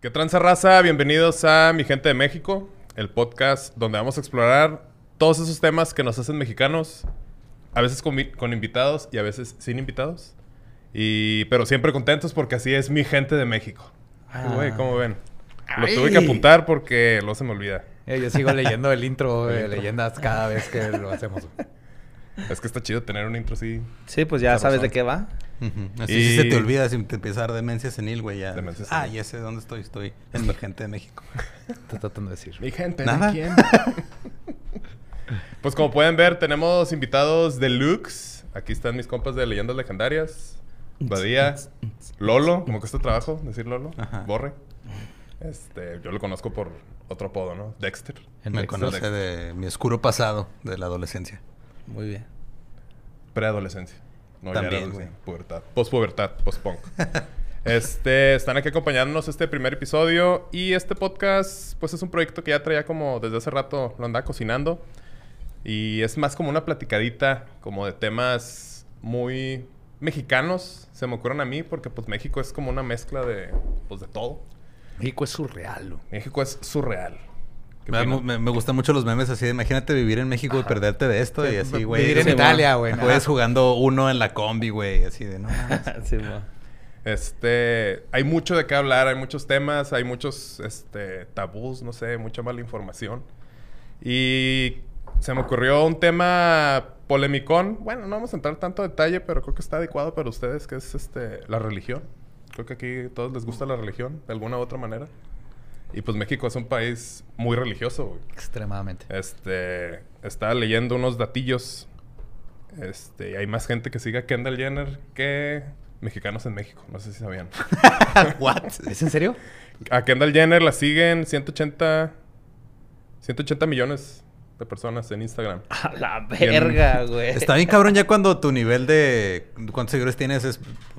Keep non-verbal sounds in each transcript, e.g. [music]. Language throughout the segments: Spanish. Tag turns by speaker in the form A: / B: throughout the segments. A: ¿Qué tranza raza? Bienvenidos a Mi Gente de México, el podcast donde vamos a explorar todos esos temas que nos hacen mexicanos, a veces con, vi- con invitados y a veces sin invitados. Y, pero siempre contentos porque así es mi gente de México. Ay, güey, ¿cómo ven? Lo tuve que
B: Ay.
A: apuntar porque luego se me olvida.
B: Eh, yo sigo leyendo el
C: [laughs]
B: intro
A: El
B: de
A: intro.
B: leyendas cada vez que lo hacemos.
A: Es que está chido tener un intro así.
C: Sí, pues ya
A: Esa
C: sabes
A: razón.
C: de qué va.
D: Ujú. Así
A: Y-
D: sí se te olvida si te empieza a dar demencia senil, güey. Ya.
A: Demencia
D: ah,
A: senil.
D: ya sé dónde estoy. Estoy en mi gente de México.
B: Estoy tratando de decir.
A: Mi gente,
D: ¿de Nada. quién?
A: [laughs] pues como pueden ver, tenemos invitados deluxe. Aquí están mis compas de Leyendas Legendarias. Badía, Lolo, como cuesta trabajo decir Lolo,
D: Ajá.
A: Borre. Este, yo lo conozco por otro apodo, ¿no? Dexter.
D: Me conoce de mi oscuro pasado de la adolescencia.
C: Muy bien.
A: Preadolescencia. No, ya
D: También,
A: era
D: güey.
A: adolescencia. Pubertad. Pospubertad,
D: [laughs]
A: pospunk. este, están aquí acompañándonos este primer episodio. Y este podcast, pues es un proyecto que ya traía como desde hace rato, lo andaba cocinando. Y es más como una platicadita, como de temas muy mexicanos, se me ocurren a mí, porque pues México es como una mezcla de, pues de todo.
B: México es surreal. güey.
A: México es surreal. ¿Qué
D: Me,
A: opinan?
D: me, me gustan mucho los memes así. de, Imagínate vivir en México y perderte de esto. Y así, güey.
B: Vivir en
D: Sí,
B: Italia, güey.
D: Juegas jugando uno en la combi, güey. Así de
B: [laughs]
D: no. mames.
C: [laughs] Sí, bueno.
A: Este, hay mucho de qué hablar, hay muchos temas, hay muchos este, tabús, no sé, mucha mala información. Y se me ocurrió un tema polemicón. Bueno, no vamos a entrar tanto a detalle, pero creo que está adecuado para ustedes, que es este, la religión. Creo que aquí a todos les gusta la religión, de alguna u otra manera. Y pues México es un país muy religioso, güey.
B: Extremadamente.
A: Este, estaba leyendo unos datillos. Este, y hay más gente que sigue a Kendall Jenner que mexicanos en México. No sé si sabían.
D: What?
B: ¿Es en serio?
A: A Kendall Jenner la siguen 180, 180 millones de personas en Instagram.
C: [laughs] A la
A: Bien.
C: verga, güey.
D: Está bien cabrón ya cuando tu nivel de cuántos seguidores tienes es,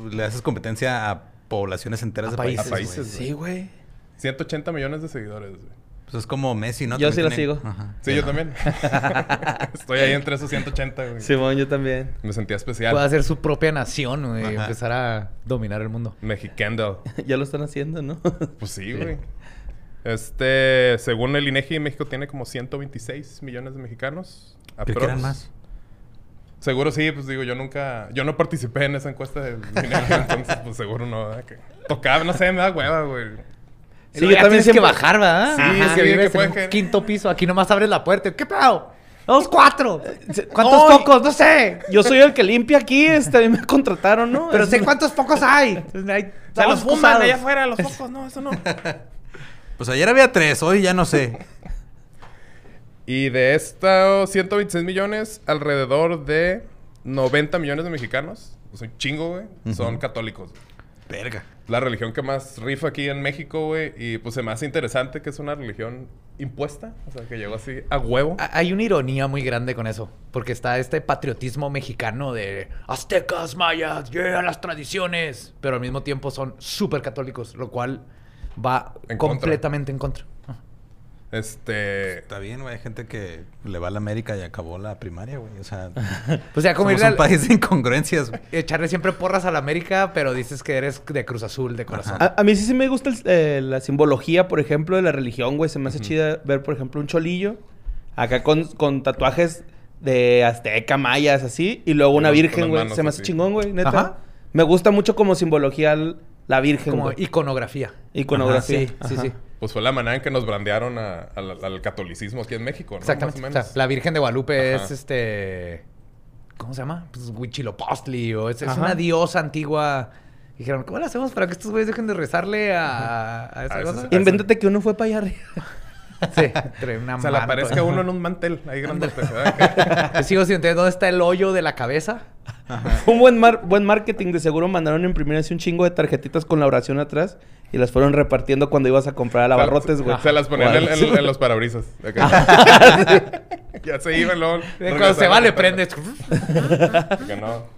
D: le haces competencia a poblaciones enteras
B: A
D: de
B: países,
D: países.
A: a
D: güey.
A: países.
C: Sí, güey.
A: 180 millones de seguidores, güey.
D: Pues es como Messi, ¿no?
C: Yo
D: También
C: sí lo
D: tiene-
C: sigo.
D: Ajá.
A: Sí, yo también. Estoy ahí entre esos 180, güey.
C: Simón,
A: [laughs]
C: yo también.
A: Me sentía especial.
B: Puede hacer su propia nación güey, y
D: Ajá.
B: empezar a dominar el mundo.
A: Mexicandal.
C: ya lo están
A: [laughs]
C: haciendo, ¿no?
A: Pues sí, güey. Este, según el INEGI, México tiene como 126 millones de mexicanos.
D: Creo que
A: aprox.
D: eran más.
A: Seguro sí, pues digo, yo nunca, yo no participé en esa encuesta
D: [laughs]
A: del INEGI, entonces pues seguro no, ¿verdad? Que tocaba, no sé, me da hueva, güey.
B: Y luego ya tienes que
C: siempre-
B: bajar, ¿verdad?
A: Sí,
B: Ajá,
A: es que
B: que
A: vive
B: vives
A: que
B: en un
A: puede que-
B: quinto piso. Aquí nomás abres la puerta. y, ¿Qué pedo? ¡Dos, cuatro! ¿Cuántos
C: no, y-
B: focos? No sé.
C: Yo soy el que limpia aquí, este, a mí me contrataron, ¿no?
B: Pero
C: Es-
B: sé cuántos focos hay. Hay
C: sea,
B: dos
C: los fuman
B: cruzados.
C: allá
A: afuera, los
D: [laughs]
A: ojos, no, eso no.
D: Pues ayer había tres, hoy ya no sé.
A: Y de estos 126 millones, alrededor de 90 millones de mexicanos, o sea, un chingo, güey, son católicos.
D: Verga.
A: La religión que más rifa aquí en México, güey, y pues se me hace interesante que es una religión impuesta, o sea, que llegó así a huevo.
B: Ha- Hay una ironía muy grande con eso, porque está este patriotismo mexicano de aztecas, mayas, yeah, las tradiciones, pero al mismo tiempo son súper católicos, lo cual va
A: En
B: completamente en contra.
A: Este.
D: Está bien, güey. Hay gente que le va a la América y acabó la primaria, güey.
B: [laughs]
D: O sea,
B: O sea, como
D: somos
B: irle
D: un
B: al-
D: país de incongruencias, güey.
B: echarle siempre porras a la América, pero dices que eres de Cruz Azul, de corazón.
C: A, a mí sí, sí me gusta el- eh, la simbología, por ejemplo, de la religión, güey. Se me hace chida ver, por ejemplo, un cholillo acá con, con tatuajes de azteca, mayas, así. Y luego una
A: Con- con
C: virgen,
A: las
C: güey.
A: manos
C: Se me hace
A: así.
C: chingón, güey, neta.
B: Ajá.
C: Me gusta mucho como simbología l- la virgen,
B: como
C: güey.
B: iconografía.
C: Iconografía.
B: Ajá, sí, sí,
C: Ajá.
B: sí.
A: Pues fue la manera en que nos brandearon a- al- al catolicismo aquí en México, ¿no?
B: Exactamente.
A: Más o
B: O sea,
A: menos.
B: la Virgen de Guadalupe
A: Ajá.
B: es este. ¿Cómo se llama? Pues Huichilopostli o es, es
C: Ajá.
B: una diosa antigua. Y dijeron, ¿cómo la hacemos para que estos güeyes dejen de rezarle a, a esa
A: A
B: cosa?
A: esas- a
C: Invéntate que uno fue para allá arriba.
B: Sí,
A: [laughs]
B: entre una
A: O sea, le
B: manta.
A: aparezca uno
B: [laughs]
A: en un mantel. Ahí grandote. ¿verdad?
B: Yo sigo sin entender dónde está el hoyo de la cabeza.
C: [laughs] Un buen, mar- buen marketing, de seguro mandaron a imprimir así un chingo de tarjetitas con la oración atrás y las fueron repartiendo cuando ibas a comprar al abarrotes, güey.
A: Se las ponían en, en- en los parabrisas.
B: [laughs]
A: Acá. ya se iba luego.
B: Ah, Cuando se va, le prendes. [laughs]
A: [laughs] Que no.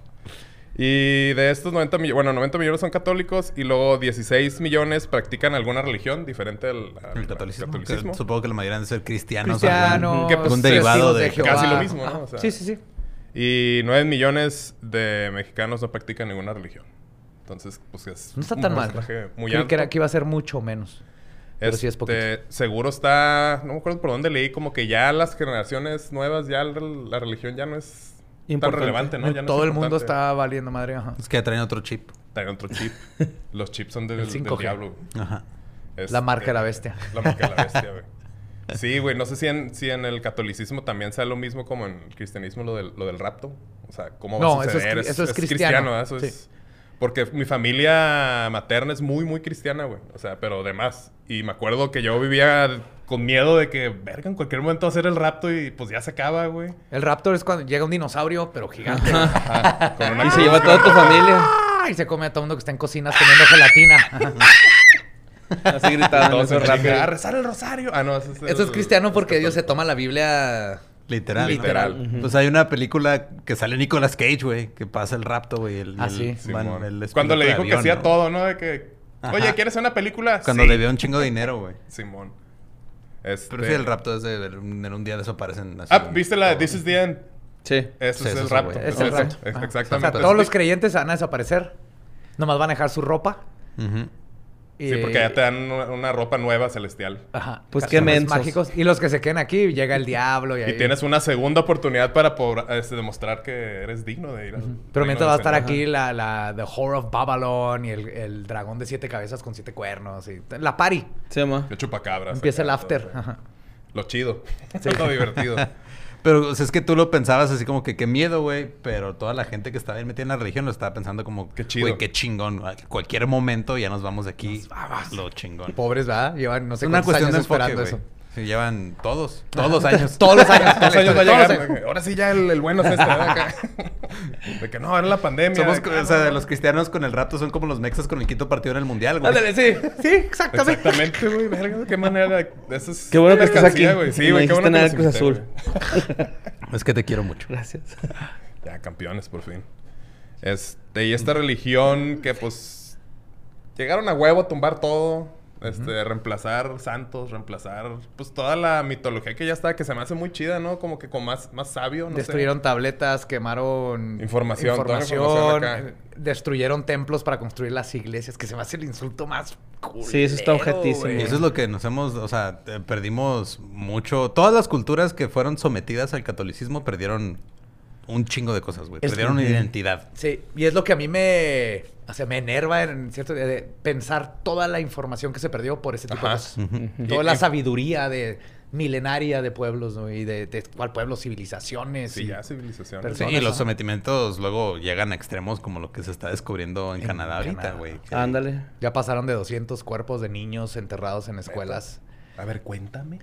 A: Y de estos 90 millones, bueno, 90 millones son católicos y luego 16 millones practican alguna religión diferente al, al-
D: El
A: al
D: catolicismo. que
A: catolicismo.
D: supongo que la mayoría de ser cristianos.
B: Cristiano.
D: algún-
A: que, pues,
D: un derivado de.
A: Jehová. Casi lo mismo, ¿no? O sea.
B: sí, sí, sí.
A: Y 9 millones de mexicanos no practican ninguna religión. Entonón, pues es
B: No está
A: un
B: tan mal.
A: porcentaje Muy
B: Creí
A: alto. Este,
B: que, era, que iba a ser mucho menos. Pero sí es poquito.
A: Seguro está, no me acuerdo por dónde leí, como que ya las generaciones nuevas, ya la, la religión ya no es
C: Importante.
A: tan relevante, ¿no? Ya no
B: Eh, Todo
A: es
B: el mundo
A: importante.
B: está valiendo madre. Ajá.
D: Es que traen otro chip.
A: Traen otro chip. Los chips son del,
B: El
A: del
B: 5G.
A: diablo. güey.
D: Ajá.
A: Este,
B: marca de la bestia.
A: [laughs] La marca de la bestia,
B: [laughs]
A: güey. Sí, güey, no sé si en, si en el catolicismo también sea lo mismo como en el cristianismo lo del, lo del rapto. O sea, ¿cómo va
B: No,
A: a
B: eso es
A: suceder?
B: cri- eso es cristiano.
A: ¿verdad? Eso
B: Sí.
A: es... Porque mi familia materna es muy, muy cristiana, güey. O sea, pero de más. Y me acuerdo que yo vivía con miedo de que, verga, en cualquier momento hacer el rapto y pues ya se acaba, güey.
B: El Raptor es cuando llega un dinosaurio, pero [laughs] gigante.
A: Ajá, con una
C: Y se
A: cruz,
C: lleva a toda tu familia.
B: [laughs] ¡Ah! Y se come a todo el mundo que está en cocinas comiendo gelatina.
A: [laughs]
C: Así gritando.
A: Todos
C: eso
A: en
C: rápido.
A: chinga, "A rezar el rosario. Ah, no, eso es...
B: Eso es
A: el-
B: cristiano porque
A: es
B: Dios se toma la Biblia.
D: Literal. ¿no?
A: Literal.
D: Pues hay una película que sale Nicolas Cage, güey, que pasa el rapto, güey. el-
B: Ah,
D: el-
B: sí.
A: Sí,
D: van-
A: mon.
D: el espíritu
A: Cuando le
D: de
A: dijo que
D: avión,
A: hacía
D: ¿no?
A: todo, ¿no? De que, oye,
D: Ajá.
A: ¿quieres hacer una película?
D: Cuando
A: Sí.
D: le dio un chingo de dinero, güey.
A: Simón. Este...
D: Pero sí, el rapto es de ver- en un día desaparecen. así,
A: Ah, ¿viste la de
D: todo.
A: This is the End?
C: Sí.
A: Ese
D: Sí,
A: es
D: eso
A: el
D: es,
A: rapto.
D: güey.
B: Es el
A: Ese-
B: rapto.
A: ex-
B: Ajá.
A: Exactamente.
B: O sea, todos los creyentes van a desaparecer. Nomás van a dejar su ropa.
D: Ujú.
B: Y,
A: Sí, porque ya te dan una, una ropa nueva celestial.
B: Ajá.
C: Pues qué
B: Calzones
C: mensos.
B: mágicos. Y los que se queden aquí, llega el diablo y,
A: Y
B: ahí-
A: tienes una segunda oportunidad para por- este, demostrar que eres digno de ir. al
B: Pero
A: reino
B: mientras va a
A: del
B: estar
A: Señor.
B: aquí la, la The Whore of Babylon y el, el dragón de siete cabezas con siete cuernos. Y la party.
C: Se llama.
A: El chupacabras.
B: Empieza el
A: acá,
B: after.
A: todo,
B: Ajá.
A: Lo chido.
B: Sí.
A: lo
B: [laughs]
A: divertido.
D: Pero o sea, es que tú lo pensabas así como que qué miedo, güey. Pero toda la gente que estaba bien metida en la religión lo estaba pensando como,
A: Qué chido.
D: Güey, qué chingón. güey, Cualquier momento ya nos vamos de aquí. Lo chingón.
B: Pobres, ¿verdad? Llevan no
D: Es
B: sé
D: una
B: cuántos
D: cuestión
B: años
D: de enfoque,
B: esperando
D: güey.
B: eso.
D: Sí, llevan
B: [laughs]
D: todos, todos los años.
B: Todos
A: [laughs]
B: los años.
A: Dos años va a
B: Todos los
A: llegar.
B: años.
A: Ahora sí ya el, el bueno es este. ¿verdad? Acá. [laughs] De que no, era la pandemia.
D: Somos,
A: de que,
D: o sea, los cristianos con el rapto son como los mexas con el quinto partido en el mundial, güey.
B: Ándale, sí. Sí, exactamente.
A: Exactamente, güey. Verga, qué manera. de- Eso es
C: Qué bueno que estás aquí.
A: mercancía, güey. Sí,
C: No
A: güey, qué
C: dijiste
A: bueno
C: nada
A: que
C: de
A: nos
C: Cruz
A: invité,
C: Azul.
A: güey.
D: Es que te quiero mucho.
C: Gracias.
A: Ya, campeones, por fin. Este, y esta religión que, pues, llegaron a huevo a tumbar todo. Este, reemplazar santos, reemplazar, pues, toda la mitología que ya está, que se me hace muy chida, ¿no? Como que con más, más sabio, no sé.
B: Destruyeron tabletas, quemaron
A: Información, toda la
B: información,
A: información acá.
B: destruyeron templos para construir las iglesias, que se me hace el insulto más culero,
C: Sí, eso está objetísimo.
B: güey.
D: Y eso es lo que nos hemos, o sea, eh, perdimos mucho. Todas las culturas que fueron sometidas al catolicismo perdieron un chingo de cosas, güey.
B: Es-
D: Perdieron
B: Ujú.
D: identidad.
B: Sí, y es lo que a mí me, o sea, me enerva en cierto de- de pensar toda la información que se perdió por ese tipo
A: Ajá.
B: de cosas.
D: Ujú.
A: Y-
B: Toda la
A: y-
B: sabiduría de milenaria de pueblos, ¿no? Y de, de cuál pueblo, civilizaciones.
A: Sí,
B: y-
A: ya civilización.
B: Pero
D: Sí,
B: Personas,
D: y los
B: ajá.
D: sometimientos luego llegan a extremos como lo que se está descubriendo en,
B: En
D: Canadá ahorita,
B: Canadá. Ah,
D: güey.
C: [laughs] Ándale.
B: ya pasaron de 200 cuerpos de niños enterrados en escuelas.
A: A ver, cuéntame.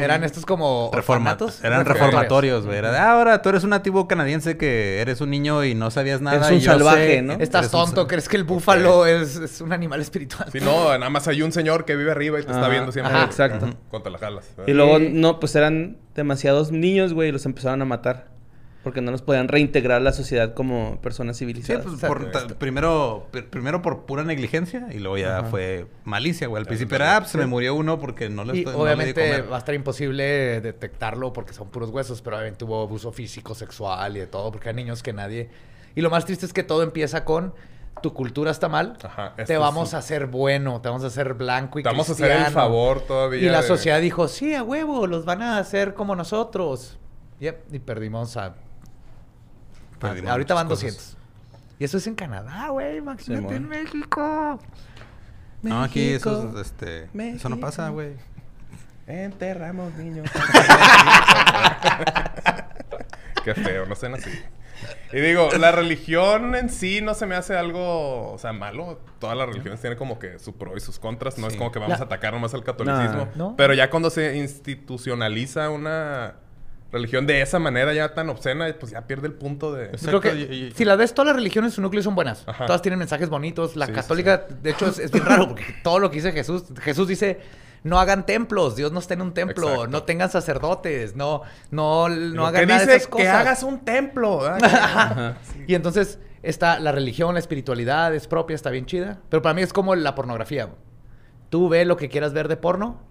B: Eran estos como
D: Reforma-
B: orfanatos?
D: eran reformatorios, güey. Era de, "Ah, ahora tú eres un nativo canadiense que eres un niño y no sabías nada.
C: Eres un
D: y yo
C: salvaje,
D: sé-
C: ¿no?
B: Estás
D: eres un
B: tonto,
D: sal-
B: ¿crees que el búfalo es, es un animal espiritual?
A: Sí, no, nada más hay un señor que vive arriba y te está
C: Ajá,
A: viendo siempre.
C: ajá,
A: güey.
C: exacto.
A: Ajá. Cuando te la jalas.
C: Y luego, no, pues eran demasiados niños, güey, y los empezaron a matar. Porque no los podían reintegrar a la sociedad como personas
D: Sí,
C: civilizadas.
D: pues
B: sea,
D: por- ta- primero, pr- primero por pura negligencia y luego ya fue malicia, güey. Al principio era, ah, pues, se me murió uno porque no le
B: Y
D: estoy no le di
B: obviamente
D: comer".
B: va a estar imposible detectarlo porque son puros huesos, pero obviamente hubo abuso físico, sexual y de todo, porque hay niños que nadie... Y lo más triste es que todo empieza con tu cultura está mal,
D: Ah,
A: Ajá, esto
B: te
A: es
B: vamos
A: un-
B: a hacer bueno, te vamos a hacer blanco y
A: Te vamos a hacer el
B: cristiano.
A: favor todavía.
B: Y la
A: de-
B: sociedad dijo, sí, a huevo, los van a hacer como nosotros. Yep, Y perdimos a...
D: Perdimos
B: ahorita
D: muchas
B: van
D: cosas.
B: 200. Y eso es en Canadá, güey, imagínate
C: bueno.
B: en México.
D: No, aquí eso,
C: México,
D: es, este, eso no pasa,
C: México.
D: güey.
A: Enterramos
C: [laughs]
A: niños. Qué feo, no sean así. Y digo, la religión en sí no se me hace algo, o sea, malo. Todas las religiones tienen como que su pro y sus contras. No
D: Sí.
A: es como que vamos
B: La-
A: a atacar nomás al catolicismo.
B: No. No.
A: Pero ya cuando se institucionaliza una religión de esa manera ya tan obscena, pues ya pierde el punto de...
B: Yo creo que
D: Exacto, y- y-
B: si las ves, todas las religiones en su núcleo son buenas.
A: Ajá.
B: Todas tienen mensajes bonitos. La
A: Sí, sí,
B: católica, de hecho, es, es bien raro porque todo lo que dice Jesús, Jesús dice. No hagan templos, Dios no está en un templo,
A: Exacto.
B: no tengan sacerdotes, no, no, no
A: Lo
B: hagan
A: que
B: nada
A: dice
B: de esas cosas.
A: que hagas un templo.
B: [laughs]
A: ¿verdad?
B: Y entonces está la religión, la espiritualidad es propia, está bien chida. Pero para mí es como la pornografía. Tú ve lo que quieras ver de porno,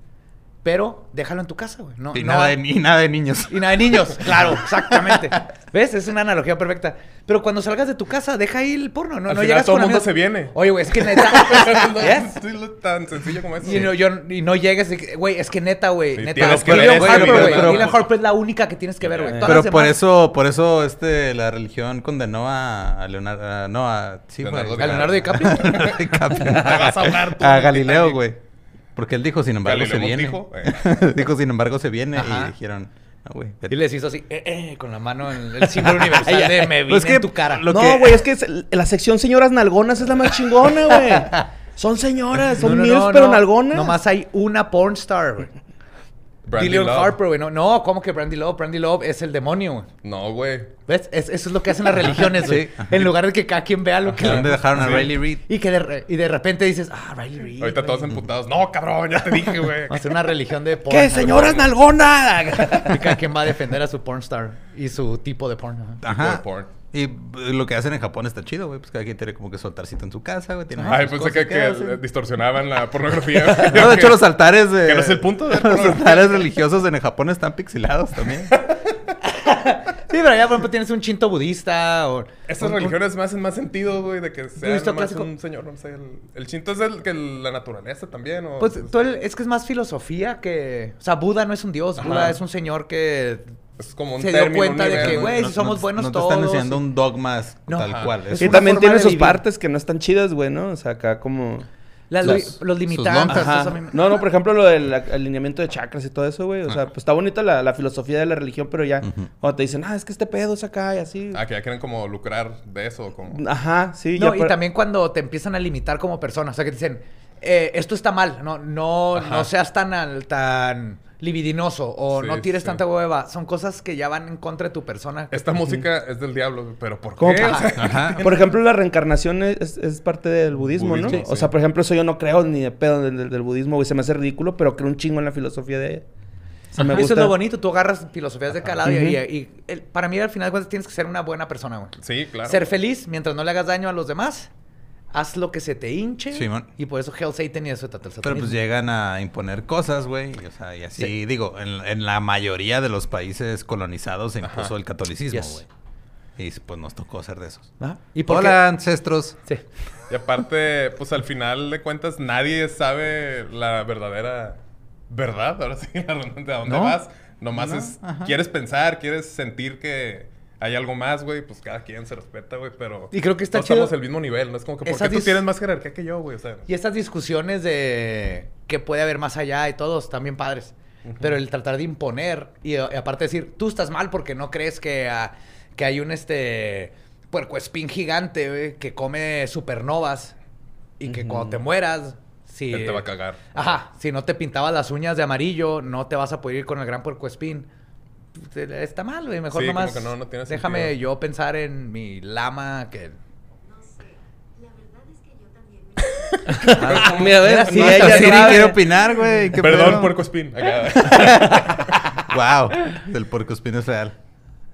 B: Pero déjalo en tu casa, güey. No,
D: y,
B: no
D: nada
B: va-
D: de, ni- y nada de niños.
B: y nada de niños, claro, exactamente. ¿Ves? Es una analogía perfecta. Pero cuando salgas de tu casa, deja ahí el porno. No,
A: Al
B: no
A: final
B: llegas
A: todo
B: con
A: mundo
B: amigos.
A: se viene.
B: Oye, güey, es que
A: [laughs]
B: neta. [laughs] ¿Yes?
A: Sí, lo- tan sencillo como eso.
B: Y no, yo- y no llegues, de que, güey, es que neta, güey.
A: Sí,
B: neta,
A: tienes
B: es
A: que
B: que
A: ver
B: Dylan
A: ese
B: Harper,
A: video,
B: güey.
A: pero-
B: Dylan Harper es la única que tienes que ver, güey. Todas
D: Pero
B: las
D: por
B: demás-
D: eso, por eso este, la religión condenó a, a Leonardo, a- no, a, sí, güey.
A: Leonardo
B: ¿A Leonardo DiCaprio?
D: A
B: [laughs]
D: Leonardo DiCaprio.
A: vas a hablar tú,
D: A
A: del
D: Galileo,
A: Titanic.
D: güey. Porque él dijo, sin embargo, se
A: Galileo
D: viene. [laughs]
A: dijo, eh.
D: dijo, sin embargo, se viene.
B: Ajá.
D: Y dijeron, no, güey.
B: Y les hizo así, eh, eh, con la mano en el símbolo universal de me vine
D: Pues que
B: en tu cara.
D: lo
C: no,
D: que-
C: güey, es que es- la sección señoras nalgonas es la más chingona, güey. Son señoras, son
B: No, no,
C: milfs,
B: no,
C: pero
B: no.
C: nalgonas.
B: Nomás hay una pornstar, güey.
A: Brandy
B: Dillian
A: Love.
B: Harper, güey. No, no, ¿cómo que Brandy Love? Brandy Love es el demonio, güey.
A: No, güey.
B: ¿Ves? Es- eso es lo que hacen las religiones, güey. En lugar de que cada quien vea lo que...
D: ¿Dónde dejaron a
A: Sí.
D: Riley Reid?
B: Y que de, re- y de repente dices, ah, Riley Reid.
A: Ahorita
B: güey.
A: todos
B: [laughs]
A: emputados. No, cabrón, ya te dije, güey.
B: Vamos a hacer una religión de porn.
C: ¿Qué, señoras nalgonas?
B: Y cada quien va a defender a su pornstar y su tipo de porn. [laughs] ajá.
D: Ajá.
A: Por porn.
D: Y eh, lo que hacen en Japón está chido, güey. Pues cada quien tiene como que su altarcito en su casa, güey. tiene
A: Ay,
D: sus
A: pensé
D: cosas
A: que, que
D: hacen.
A: distorsionaban la
B: [laughs]
A: pornografía. Yo
D: [laughs] No, de
A: que-
D: hecho, los altares de...
A: que no es el punto
D: [laughs]
A: de-
D: Los altares religiosos en Japón están pixelados
B: [laughs]
D: también.
B: Sí, pero allá, por ejemplo, tienes un chinto budista o...
A: Estas
B: un- un-
A: religiones me hacen más sentido, güey, de que sea
B: visto
A: nomás
B: clásico?
A: un señor, no sé. El, el chinto es el, que la naturaleza también, ¿o?
B: Pues todo el- es que es más filosofía que... O sea, Buda no es un dios. Buda es un señor que...
A: es como un
B: se dio
A: término,
B: cuenta
A: un
B: de que,
A: nivel,
B: güey,
A: ¿no?
B: si somos buenos
D: no te están
B: todos,
D: enseñando
B: sí.
D: un dogma s-
B: No.
D: tal
A: Ajá.
D: cual.
B: Es
D: Es
C: Y
B: una
C: también
B: forma
C: tiene
B: de
C: sus
B: vivir.
C: partes que no están chidas, güey, ¿no? O sea, acá como...
B: La-
D: Los-
B: los
D: sus
B: limitantes.
D: lonjas.
B: eso
C: Ajá.
B: a mí me-
C: No, no, por ejemplo, lo del alineamiento de chakras y todo eso, güey. O sea, pues está bonita la, la filosofía de la religión, pero ya cuando te dicen, ah, es que este pedo es acá y así.
A: Ah, que ya quieren como lucrar de eso, como...
C: Ajá, sí.
B: No,
C: ya
B: y
C: por-
B: también cuando te empiezan a limitar como persona. O sea, que te dicen, eh, esto está mal, no, no,
A: Ajá.
B: no seas tan, al- tan libidinoso o
A: Sí,
B: no tires
A: sí.
B: tanta hueva. Son cosas que ya van en contra de tu persona.
A: Esta música es del diablo, pero ¿por
C: ¿Cómo?
A: qué? O sea,
B: [laughs]
A: [laughs]
D: Ajá.
C: Por ejemplo, la reencarnación es, es parte del budismo,
A: Budismo,
C: ¿no?
A: sí.
C: O sea, por ejemplo, eso yo no creo ni de pedo del, del- del budismo, güey. Se me hace ridículo, pero creo un chingo en la filosofía de ella. O sea, me
B: Eso
C: gusta.
B: es lo bonito. Tú agarras filosofías de calado y-
C: Ujú.
B: y, y el- para mí al final de cuentas tienes que ser una buena persona, güey.
A: sí, claro.
B: Ser feliz mientras no le hagas daño a los demás. Haz lo que se te hinche.
D: Simón.
B: y por eso Hell Satan y eso trata el
D: Pero pues
B: satanismo.
D: llegan a imponer cosas, güey. y, O sea, y así,
B: Sí.
D: digo, en, en la mayoría de los países colonizados se impuso
A: Ajá.
D: el catolicismo,
B: Yes.
D: güey. Y pues nos tocó ser de esos.
B: Ajá. ¿Y por qué?
D: Hola, ancestros.
B: Sí.
A: Y aparte, pues al final de cuentas, nadie sabe la verdadera verdad. Ahora sí, [laughs] la redundancia, ¿a dónde
D: No.
A: vas? Nomás
D: No,
A: es,
D: ajá.
A: quieres pensar, quieres sentir que hay algo más, güey. Pues cada quien se respeta, güey, pero...
B: Y creo que está
A: todos
B: chido.
A: estamos al mismo nivel, ¿no? Es como que, ¿por
B: Esa
A: qué tú
B: dis-
A: tienes más jerarquía que yo, güey? O sea,
B: Y estas discusiones de que puede haber más allá y todos también padres. Pero el tratar de imponer y, eh, aparte decir, tú estás mal porque no crees que, ah, que hay un este puercoespín gigante güey, que come supernovas y que cuando te mueras, si...
A: él te va a cagar.
B: Ajá, si no te pintabas las uñas de amarillo, no te vas a poder ir con el gran puercoespín. Te- eh, Está mal, güey. Mejor
A: Sí, como
B: nomás.
A: que no, no tiene
B: déjame
A: sentido.
B: yo pensar en mi lama que.
E: No sé, la verdad es que yo también me...
C: Ah, mira, a ver, sí,
D: no,
C: ella
D: esta Siri
C: sabe.
D: quiere opinar, güey. ¿qué
A: Perdón,
D: pedo?
A: puerco
B: [laughs]
A: espín. Acá.
D: Wow, el puerco espino es real.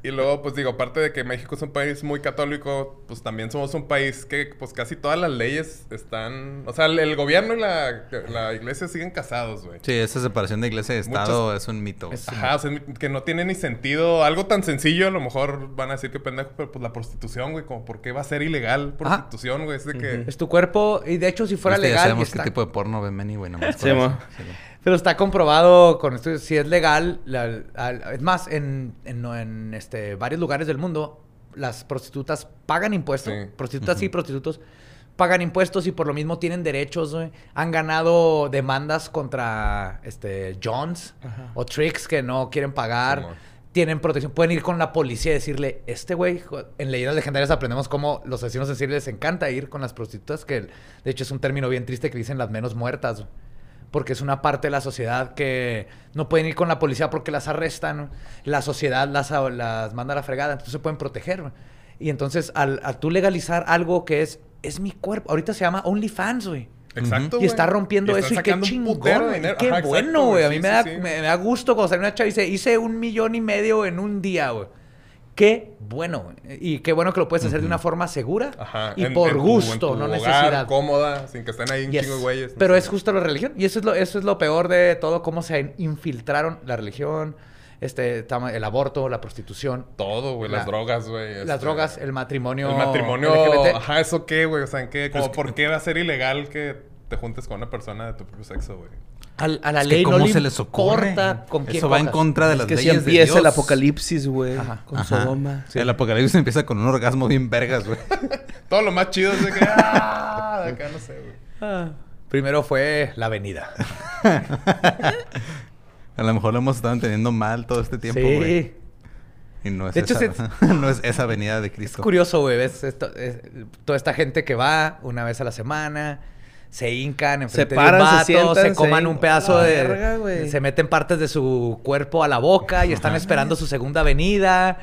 A: Y luego, pues digo, aparte de que México es un país muy católico, pues también somos un país que, pues casi todas las leyes están. O sea, el, el gobierno y la, la iglesia siguen casados, güey.
D: Sí, esa separación de iglesia y estado es un mito. güey.
B: Es-
A: Ajá, o sea, que no tiene ni sentido. Algo tan sencillo, a lo mejor van a decir que pendejo, pero pues la prostitución, güey, como, ¿por qué va a ser
B: Ah.
A: ilegal prostitución, güey? Es de que.
B: Es tu cuerpo. Y de hecho, si fuera
D: Este, ya
B: legal. y
D: sabemos
B: está-
D: qué tipo de porno ven Manny, güey. nomás
C: Sí,
D: por
C: mo.
D: eso. Sí, güey.
B: Pero está comprobado con estudios. Si es legal, la- al- es más, en, en- no, en, este, varios lugares del mundo, las prostitutas pagan impuestos.
A: Sí.
B: Prostitutas y prostitutos pagan impuestos y por lo mismo tienen derechos. güey. Han ganado demandas contra este, Jones o Tricks que no quieren pagar.
A: Simón.
B: tienen protección, pueden ir con la policía y decirle, este güey, jo- en leyendas legendarias aprendemos cómo los asesinos sensibles les encanta ir con las prostitutas, que de hecho es un término bien triste que dicen las menos muertas, güey. porque es una parte de la sociedad que no pueden ir con la policía porque las arrestan, la sociedad las, a- las manda a la fregada, entonces se pueden proteger. güey. Y entonces al, al tú legalizar algo que es, es mi cuerpo, ahorita se llama OnlyFans, güey.
A: Exacto.
B: Y
A: güey.
B: está rompiendo
A: están
B: eso y qué
A: sacando un
B: chingón,
A: putero de
B: güey.
A: dinero.
B: Qué
A: Ajá, exacto,
B: bueno, güey. A mí
A: Sí,
B: me,
A: sí,
B: da,
A: sí.
B: me- me da gusto cuando sale una chava y dice, hice un millón y medio en un día, güey. Qué bueno. güey. Y qué bueno que lo puedes hacer de una forma segura
A: Ajá.
B: y
A: en-
B: por
A: en tu- en
B: gusto,
A: tu
B: no
A: hogar,
B: necesidad.
A: cómoda, sin que estén ahí un
B: Yes.
A: chingo de güeyes. no
B: Pero
A: sé.
B: es justo la religión. Y eso es lo, eso es lo peor de todo, cómo se infiltraron la religión, este, tama- el aborto, la prostitución,
A: Todo, güey.
B: la-
A: las drogas, güey.
B: las
A: este,
B: drogas, el matrimonio.
A: El matrimonio.
B: LGBT.
A: Ajá, ¿eso qué, güey? O sea, ¿en
B: Pues
A: qué? Como,
D: Es que-
A: ¿Por qué va a ser ilegal que te juntes con una persona de tu propio sexo, güey?
B: Al- a la
D: Es que
B: ley no
D: ¿Cómo
B: le
D: se les ocurre?
B: importa con quién
D: Eso va en
B: cojas.
D: contra de
C: Es
D: las
C: que si
D: leyes de
C: empieza el
D: Dios.
C: apocalipsis, güey.
B: Ajá.
C: Con
D: Ajá.
C: Sodoma.
D: El apocalipsis empieza con un orgasmo bien vergas, güey.
A: Todo lo más chido es
B: [laughs]
A: de que. ¡Ah! De acá no sé, güey.
C: Ah.
B: Primero fue la
C: [laughs]
B: avenida.
D: [laughs] A lo mejor lo hemos estado entendiendo mal todo este tiempo,
B: sí.
D: güey. Y no es,
B: De hecho,
D: esa, [laughs] no es esa venida de
B: Es
D: Cristo.
B: curioso, güey. Ves esto- es- toda esta gente que va una vez a la semana, se hincan
C: Se
B: enfrente
C: paran,
B: de
C: se
B: un vato, se,
C: sientan, se
B: coman
C: hincan.
B: un pedazo
C: La
B: de...
C: verga, güey.
B: se meten partes de su cuerpo a la boca y están esperando su segunda venida.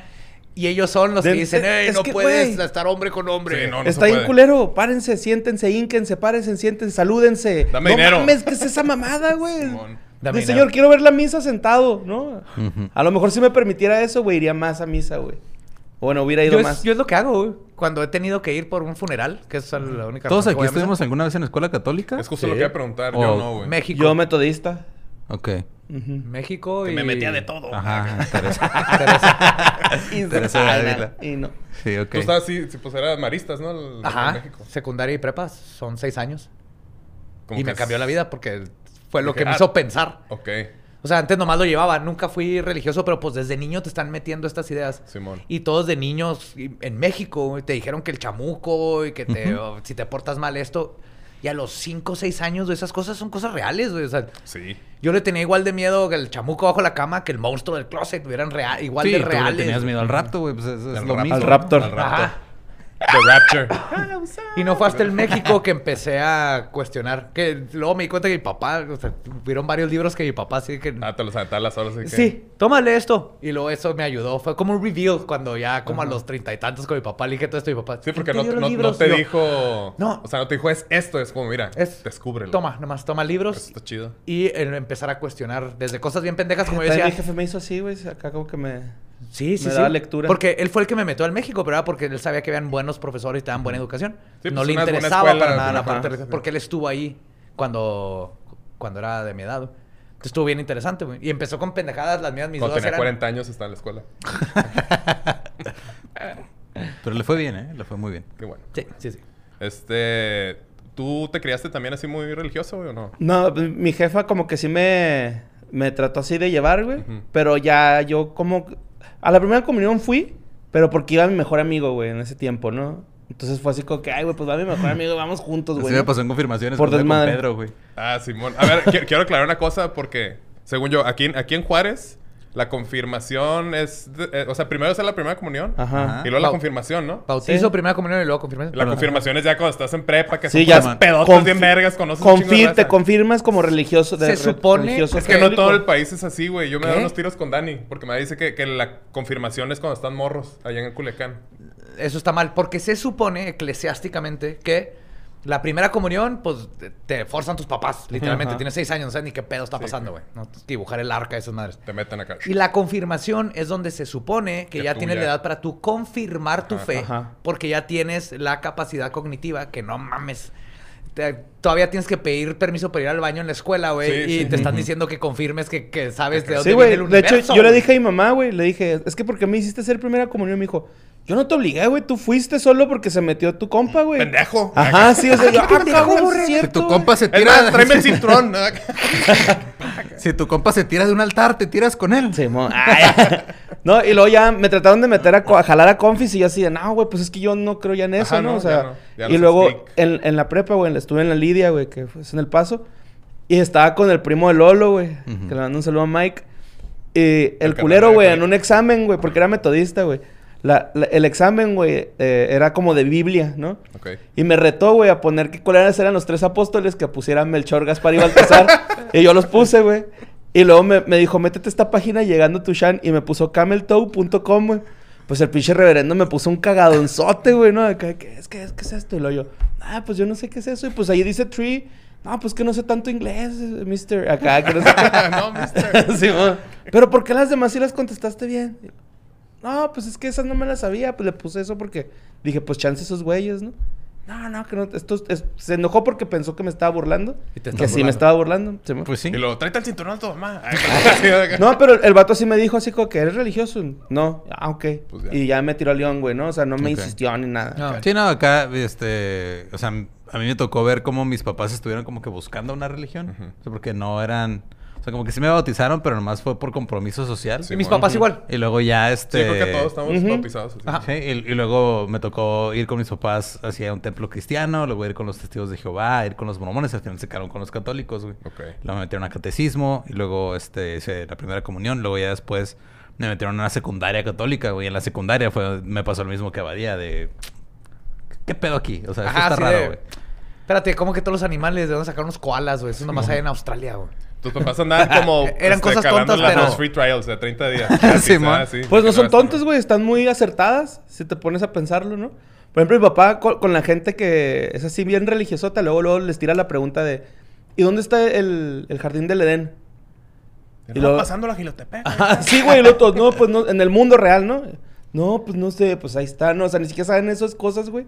B: Y ellos son los
C: De-
B: que dicen,
C: de-
B: "Ey,
C: es
B: no
C: que,
B: puedes
C: güey.
B: estar hombre con hombre.
A: Sí, no, no
C: Está
A: se
C: bien
A: puede.
C: culero. Párense, siéntense, hínquense, párense, siéntense, salúdense.
A: Dame
C: no
A: dinero.
C: mames, ¿qué es esa mamada, güey?
A: Simón.
B: Dame
C: De,
B: dinero.
C: señor, quiero ver la misa sentado, ¿no?
D: Ujú.
C: A lo mejor si me permitiera eso, güey, iría más a misa, güey. Bueno, hubiera ido
B: Yo es,
C: más.
B: yo es lo que hago, güey. Cuando he tenido que ir por un funeral, que es la única
D: ¿Todos
B: razón que
D: aquí
B: voy a misa.
D: estuvimos alguna vez en la escuela católica?
A: Es justo
B: Sí.
A: lo
B: Oh,
A: que iba a preguntar.
D: O
A: Yo no, güey.
B: México.
C: Yo metodista.
D: Ok.
C: Ujú.
B: México y...
A: todo.
D: Ajá, Teresa.
C: [laughs] Y,
D: Teresa de
C: Ay, na-
D: Ávila.
C: y no.
D: Sí, ok.
A: Tú estabas así, si, pues eras maristas, ¿no? El-
B: Ajá.
A: En México.
B: Secundaria y prepas. Son seis años.
A: Como
B: Y
A: que
B: me
A: es-
B: cambió la vida porque fue lo
A: Dije,
B: que me
A: "Ah".
B: hizo pensar.
A: Ok,
B: O sea, antes nomás lo llevaba, nunca fui religioso, pero pues desde niño te están metiendo estas ideas.
A: Simón.
B: Y todos de niños y- en México güey, te dijeron que el chamuco y que te, oh, si te portas mal esto. Y a los 5 o 6 años, güey, esas cosas son cosas reales, güey. O sea,
A: Sí.
B: yo le tenía igual de miedo que el chamuco bajo la cama que el monstruo del closet, güey, eran rea- igual
D: Sí,
B: de
D: tú le
B: reales.
D: tenías
B: güey.
D: miedo al rapto, güey. Pues es, es
A: Al
D: lo
A: rap-
D: mismo.
C: al raptor.
D: Al raptor.
B: Ajá.
A: The Rapture.
B: Y no fue hasta el México que empecé a cuestionar. Que luego me di cuenta que mi papá, o sea, vieron varios libros que mi papá sí que.
A: Ah, te los aventaba a las horas. así que-
B: Sí, tómale esto. Y luego eso me ayudó. Fue como un reveal cuando ya, como a los treinta y tantos con mi papá, le dije todo esto a mi papá.
A: Sí, porque
B: ¿quién
A: no,
B: dio los
A: no- no
B: libros?
A: te
B: Yo,
A: dijo.
B: No.
A: O sea, no te dijo, es esto. Es como, mira,
B: Es-
A: descúbrelo.
B: Toma, nomás toma libros.
A: Esto está chido.
B: Y el empezar a cuestionar desde cosas bien pendejas, como yo
C: También
B: decía.
C: Mi jefe me hizo así, güey. Acá como que me.
B: Sí, sí,
C: me
B: sí.
C: daba lectura.
B: Porque él fue el que me metió al México, pero era porque él sabía que habían buenos profesores y te daban buena educación.
A: Sí,
B: no
A: pues,
B: le
A: una buena
B: interesaba
A: escuela,
B: para nada la
A: ajá,
B: parte
A: sí,
B: de-
A: sí.
B: Porque él estuvo ahí cuando, cuando era de mi edad. güey. Entonces estuvo bien interesante, güey. Y empezó con pendejadas las mías, mis
A: Cuando
B: dudas
A: tenía
B: eran...
A: 40 años estaba en la escuela.
D: Pero le fue bien, ¿eh? Le fue muy bien.
A: Qué bueno.
B: Sí, sí, sí.
A: Este. ¿Tú te criaste también así muy religioso, güey, o no?
C: No, mi jefa como que sí me, me trató así de llevar, güey.
A: Ujú.
C: Pero ya yo como... A la primera comunión fui, pero porque iba mi mejor amigo, güey, en ese tiempo, ¿no? Entonces fue así como que, ay, güey, pues va mi mejor amigo, vamos juntos,
D: Así
C: güey.
D: me
C: ¿no?
D: pasó en confirmaciones
C: Por
D: cuando iba
C: desmadre.
D: con Pedro, güey.
A: Ah, Simón. A ver, qui- quiero, aclarar una cosa porque, según yo, aquí, en- aquí en Juárez, la confirmación es. de- eh, o sea, primero es la primera comunión.
C: Ajá.
D: Ajá.
A: Y luego la
B: Pau-
A: confirmación, ¿no?
B: Bautizo,
C: Sí.
B: primera comunión y luego confirmación.
A: La confirmación es ya cuando estás en prepa, que
C: Sí,
A: son
C: ya
A: puras pedotas bien vergas, conoces un chingo de
C: confir- Te
A: raza.
C: confirmas como religioso.
B: Se
C: re-
B: supone
C: religioso
A: Es que no
C: católico.
A: todo el país es así, güey. Yo me
B: ¿Qué?
A: doy unos tiros con Dani, porque me dice que, que la confirmación es cuando están morros, allá en el Culiacán.
B: Eso está mal, porque se supone eclesiásticamente que la primera comunión, pues te, te forzan tus papás, literalmente.
C: Ajá.
B: Tienes seis años, no sabes ni qué pedo está
A: Sí,
B: pasando, güey. No dibujar el arca de esas madres.
A: Te meten acá.
B: Y la confirmación es donde se supone que,
A: Que
B: ya
A: tú
B: tienes
A: ya-
B: la edad para tú confirmar tu fe,
C: Ajá.
B: porque ya tienes la capacidad cognitiva, que no mames. Te- todavía tienes que pedir permiso para ir al baño en la escuela, güey.
A: Sí,
B: y
A: sí.
B: te están diciendo que confirmes que, que sabes de dónde
C: Sí,
B: viene
C: güey.
B: el
C: De hecho,
B: universo,
C: yo le
B: güey.
C: dije a mi mamá, güey, le dije, es que porque me hiciste hacer primera comunión, me dijo, yo no te obligué, güey, tú fuiste solo porque se metió tu compa, güey.
A: ¡Pendejo!
C: Ajá, sí, o sea, yo, ah, cabrón, es
D: Si
C: cierto,
D: tu
C: güey.
D: compa se
A: Es
D: tira...
A: más, tráeme
D: [laughs]
A: el cinturón.
D: si tu compa se tira de un altar, te tiras con él.
C: Simón. Ay. no, y luego ya me trataron de meter a, co- a jalar a Confis y yo así de, no, güey, pues es que yo no creo ya en eso,
A: Ajá,
C: ¿no?
A: no,
C: O
A: ya
C: sea,
A: no. Ya
C: y
A: no
C: luego
A: seas click.
C: en, en la prepa, güey, estuve en la Lidia, güey, que fue- es en El Paso, y estaba con el primo de Lolo, güey,
D: Ujú.
C: que le mando un saludo a Mike. Y el,
A: El
C: culero,
A: carnal de
C: güey, en
A: Mike.
C: un examen, güey, porque era metodista, güey. La- la- el examen, güey, eh, era como de Biblia, ¿no?
A: ok.
C: Y me retó, güey, a poner que cuáles eran los tres apóstoles que pusieran Melchor, Gaspar y [laughs] Baltasar. y yo los puse, güey. Y luego me, me dijo, métete a esta página llegando tu Shan. Y me puso cameltoe.com, güey. Pues el pinche reverendo me puso un cagadonzote, güey, ¿no? Acá, ¿Qué es, qué es, qué es esto? Y luego yo, ah, pues yo no sé qué es eso. Y pues ahí dice tree. No, pues que no sé tanto inglés, eh, mister. [laughs] Acá, que no sé.
A: no, mister.
C: [laughs] Sí, mo. Pero ¿por qué las demás sí las contestaste bien? No, pues es que esas no me las sabía. Pues le puse eso porque dije, pues chance esos güeyes, ¿no? No, no, que no. Esto es- se enojó porque pensó que me estaba burlando.
B: Y te
C: Y te
B: estás
C: que sí
B: burlando.
C: me estaba burlando. se me-
D: Pues sí.
A: Y luego, tráete el cinturón a tu [laughs] mamá.
C: No, pero el vato sí me dijo así como que eres religioso. No, ah, ok.
A: Pues ya.
C: Y ya me tiró a león, güey, ¿no? O sea, no me
D: Ok. Ah,
C: insistió ni nada.
B: No.
D: Sí, no, acá, este, o sea, a mí me tocó ver cómo mis papás estuvieron como que buscando una religión,
A: Ujú.
D: o sea, porque no eran, o sea, como que sí me bautizaron, pero nomás fue por compromiso social.
A: Sí,
B: Y mis
A: Simón.
B: papás igual.
D: Y luego ya,
A: Sí,
D: este... Ah,
A: creo que todos estamos
C: Ujú.
A: bautizados. así.
D: Sí, y, y luego me tocó ir con mis papás hacia un templo cristiano, luego ir con los testigos de Jehová, ir con los mormones, al final se quedaron con los católicos, güey.
A: Ok.
D: Luego me metieron a catecismo, y luego este, hice la primera comunión, luego ya después me metieron a una secundaria católica, güey. En la secundaria fue, me pasó lo mismo que Abadía, de. ¿Qué pedo aquí? O sea, esto
B: Ajá,
D: está
B: sí,
D: raro,
B: de-
D: güey.
B: Espérate, ¿cómo que todos los animales de dónde sacaron los koalas, güey? Eso nomás hay en Australia, güey.
A: Tus papás andaban como. este,
B: Eran cosas
A: calando
B: tontas,
A: las-
B: pero-
A: Los free trials de 30 días. gratis,
D: Simón.
A: ah, sí,
C: Pues
A: que
C: no son
A: están-
C: tontos, güey. Están muy acertadas, si te pones a pensarlo, ¿no? Por ejemplo, mi papá co- con, la gente que es así bien religiosota, luego, luego les tira la pregunta de... ¿Y dónde está el, el jardín del Edén?
A: Y
C: Y luego-
A: pasando la Gilotepec.
C: [laughs] Ah, sí, güey. el otro, no, pues no, en el mundo real, ¿no? No, pues no sé, pues ahí está, ¿no? O sea, ni siquiera saben esas cosas, güey.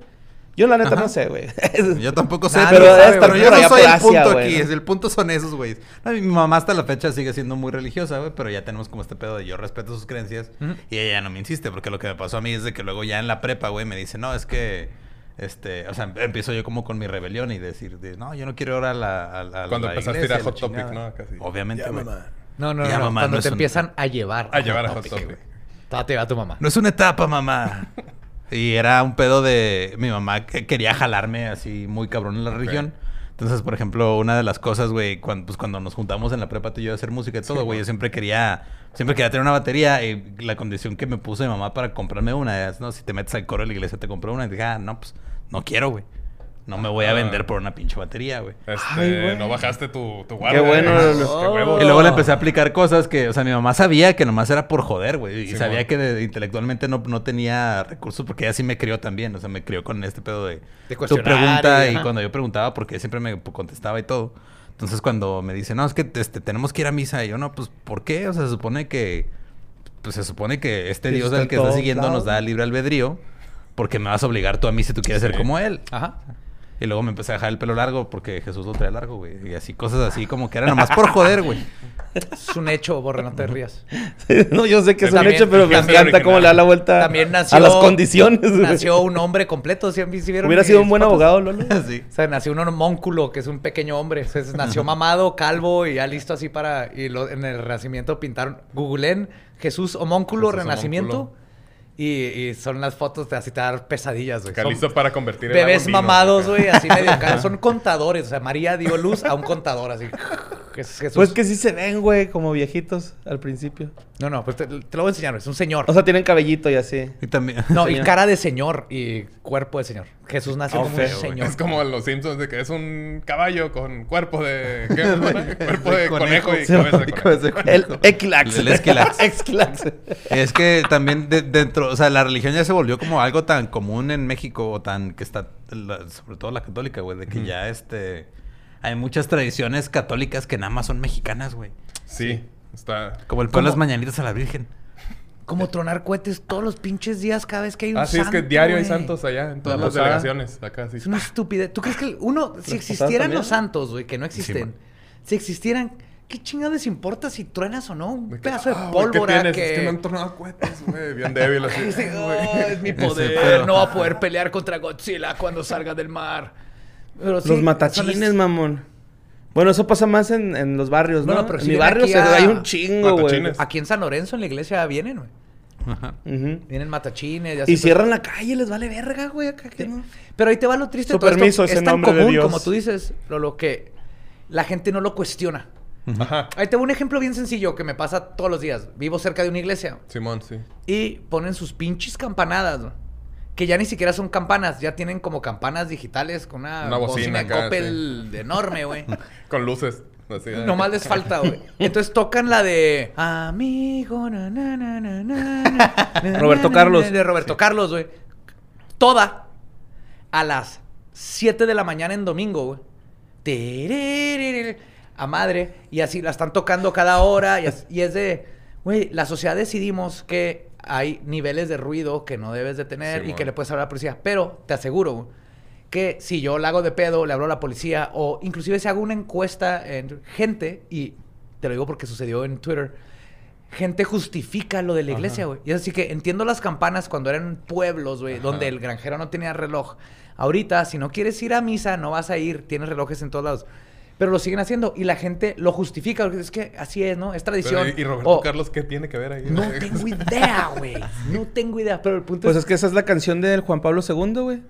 C: Yo la neta
D: Ajá.
C: no sé, güey.
D: [laughs] Yo tampoco sé,
C: Nadie
D: pero,
C: sabe,
D: pero
C: güey.
D: yo no
C: Allá
D: soy
C: por
D: el
C: Asia,
D: punto
C: güey,
D: aquí.
C: ¿no?
D: es el punto son esos, güey. No, mi mamá hasta la fecha sigue siendo muy religiosa, güey, pero ya tenemos como este pedo de yo respeto sus creencias
B: Ujú.
D: y ella ya no me insiste, porque lo que me pasó a mí es de que luego ya en la prepa, güey, me dice, no, es que. Este, o sea, empiezo yo como con mi rebelión y decir, de, no, yo no quiero ir a la. A, la- a
A: Cuando
D: la
A: empezaste a
D: iglesia,
A: ir a Hot
D: la
A: Topic,
D: chingada".
A: ¿no? Casi.
D: Obviamente,
A: Ya,
D: güey.
A: mamá.
B: No, no, no.
D: Ya,
B: no.
D: mamá,
B: Cuando
D: no es
B: te
D: un-
B: empiezan a llevar.
A: A llevar a Hot
B: güey.
A: Topic.
B: Ta- Te va tu mamá.
D: No es una etapa, mamá. Y era un pedo de mi mamá que quería jalarme así muy cabrón en la religión. Entonces, por ejemplo, una de las cosas, güey, cuando, pues, cuando nos juntamos en la prepa tú y yo a hacer música y todo, güey, yo siempre quería, siempre quería tener una batería y la condición que me puso mi mamá para comprarme una es, no, si te metes al coro de la iglesia te compro una. Y dije, ah, no, pues, no quiero, güey. No me voy a
A: Ah.
D: vender por una pinche batería, güey.
A: Este,
C: Ay, güey.
A: no bajaste tu, tu guardia.
C: Qué bueno,
A: Ajá.
C: no,
A: Qué
C: no.
A: huevo.
D: Y luego le empecé a aplicar cosas que, o sea, mi mamá sabía que nomás era por joder, güey. Y
A: Simón.
D: sabía que de- intelectualmente no, no tenía recursos porque ella sí me crió también. O sea, me crió con este pedo de,
B: De
D: tu
B: cuestionar
D: pregunta.
B: y-
D: Y,
B: ajá.
D: cuando yo preguntaba, porque siempre me contestaba y todo. Entonces, cuando me dice, no, es que este, tenemos que ir a misa. Y yo, no, pues, ¿por qué? O sea, se supone que... Pues se supone que este
C: Que
D: Dios
C: está
D: al
C: en
D: que está
C: todos
D: siguiendo nos
C: lados.
D: da libre albedrío. Porque me vas a obligar tú a mí si tú quieres ser
A: Sí.
D: como él.
B: Ajá.
D: Y luego me empecé a dejar el pelo largo porque Jesús lo trae largo, güey. Y así, cosas así como que era nomás por joder, güey. [laughs]
B: Es un hecho, Borre, no te rías.
C: [laughs] no, yo sé que es un
B: También-
C: hecho, pero me
A: también
C: encanta cómo
A: original.
C: le da la vuelta
B: También nació.
C: a las condiciones, güey.
B: Nació un hombre completo. ¿sí, ¿sí vieron
C: [laughs] Hubiera
B: mis
C: sido un buen
B: fotos?
C: abogado, Lolo.
D: Sí.
B: O sea, nació un homúnculo, que es un pequeño hombre. O sea,
C: [laughs]
B: es- nació mamado, calvo y ya listo así para... Y lo- en el Renacimiento pintaron... Googleen Jesús homúnculo
A: Jesús
B: Renacimiento.
A: homúnculo.
B: Y, y son las fotos de así te dar pesadillas, güey.
A: Acá
B: Son
A: listo para convertir el agua en
B: Bebés
A: vino.
B: mamados,
A: Acá.
B: güey, así
A: [laughs]
B: medio caros. Son contadores. O sea, María dio luz a un contador, así. Jesús. Jesús.
C: Pues que sí se ven, güey, como viejitos al principio.
B: No, no, pues te, te lo voy a enseñar, güey, es un señor.
C: O sea, tienen cabellito y así.
D: Y también. [laughs]
A: [laughs]
B: no, y
C: señor.
B: cara de señor y cuerpo de señor. Jesús nació
D: Ah,
B: como
D: feo,
B: un
D: güey.
B: señor.
A: Oh, Es como los Simpsons de que es un caballo con cuerpo de. ¿qué?
B: [laughs]
A: cuerpo de conejo, y
D: Sí,
A: cabeza de
D: y
A: conejo.
D: cabeza de conejo.
C: El Equilax.
D: [laughs] El Esquilax.
C: [laughs] Equilax.
B: Pues
D: Es que también de- dentro, o sea, la religión ya se volvió como algo tan común en México o tan que está, la- sobre todo la católica, güey, de que ya este. Hay muchas tradiciones católicas que nada más son mexicanas, güey.
A: Sí, está.
D: Como el pan
B: ¿Cómo?
D: las mañanitas a la Virgen.
B: Como tronar cohetes todos los pinches días cada vez que hay un
A: Así Ah, es que
B: santo,
A: diario hay
B: güey.
A: santos allá en todas
C: La
A: las
C: posada.
A: delegaciones. Acá sí.
B: Es una estupidez. ¿Tú crees que el- uno, si
C: ¿Las
B: existieran
C: posadas
B: los
C: también?
B: santos, güey, que no
D: Sí,
B: existen,
D: man.
B: si existieran, ¿qué chingado les importa si truenas o no? Un
A: De que, ah,
B: pedazo de
A: güey, ¿qué
B: pólvora
A: tienes?
B: que.
A: Es que me han tornado cohetes, güey. Bien débil así.
B: [laughs] Dice,
A: Ay,
B: "Oh,
A: güey.
B: es mi
D: Ese
B: poder,
D: pedo.
B: no va a poder pelear contra Godzilla cuando salga del mar. Pero sí,
C: Los matachines,
B: son-
C: mamón. Bueno, eso pasa más en, en los barrios, ¿no?
B: Bueno, pero
C: en
B: si
C: mi
B: viene
C: barrio
B: aquí
C: se
B: a-
C: hay un chingo, güey.
A: Matachines.
B: Aquí en San Lorenzo, en la iglesia, vienen, güey.
D: Ajá.
C: Ujú.
B: Vienen matachines.
C: Y
B: así,
C: cierran la calle, les vale verga, güey, acá que no.
B: Pero ahí te va lo triste. de
C: Su
B: todo esto.
C: permiso, ese
B: es tan
C: nombre de
B: común,
C: Dios.
B: como tú dices, lo, que la gente no lo cuestiona.
A: Ajá.
B: Ahí te va un ejemplo bien sencillo que me pasa todos los días. Vivo cerca de una iglesia
A: Simón, sí.
B: y ponen sus pinches campanadas, güey, que ya ni siquiera son campanas, ya tienen como campanas digitales con una,
A: Una bocina
B: de
A: acá,
B: Coppel enorme, güey.
A: Con luces. Así, ah.
B: Nomás les falta, güey. Entonces tocan la de Amigo, na, na, na, na, na, na, na,
C: Roberto
B: na,
C: Carlos.
B: na, De Roberto Carlos, güey. Toda a las 7 de la mañana en domingo, güey. Tererere, A madre. Y así la están tocando cada hora. Y, as- y es de, güey, la sociedad decidimos que hay niveles de ruido que no debes de tener y
A: Simón.
B: que le puedes hablar a la policía. Pero te aseguro que si yo la hago de pedo, le hablo a la policía o inclusive si hago una encuesta en gente, y te lo digo porque sucedió en Twitter, gente justifica lo de la iglesia, güey. Y es así que entiendo las campanas cuando eran pueblos, güey, donde el granjero no tenía reloj. Ahorita, si no quieres ir a misa, no vas a ir, tienes relojes en todos lados. Pero lo siguen haciendo y la gente lo justifica. porque Es que así es, ¿no? Es tradición.
A: Pero, ¿Y y Roberto
B: O-
A: Carlos qué tiene que ver ahí?
B: Oh. no tengo idea, güey. No tengo idea. Pero el punto
C: Pues
B: es,
C: es que esa es la canción del Juan Pablo II, güey.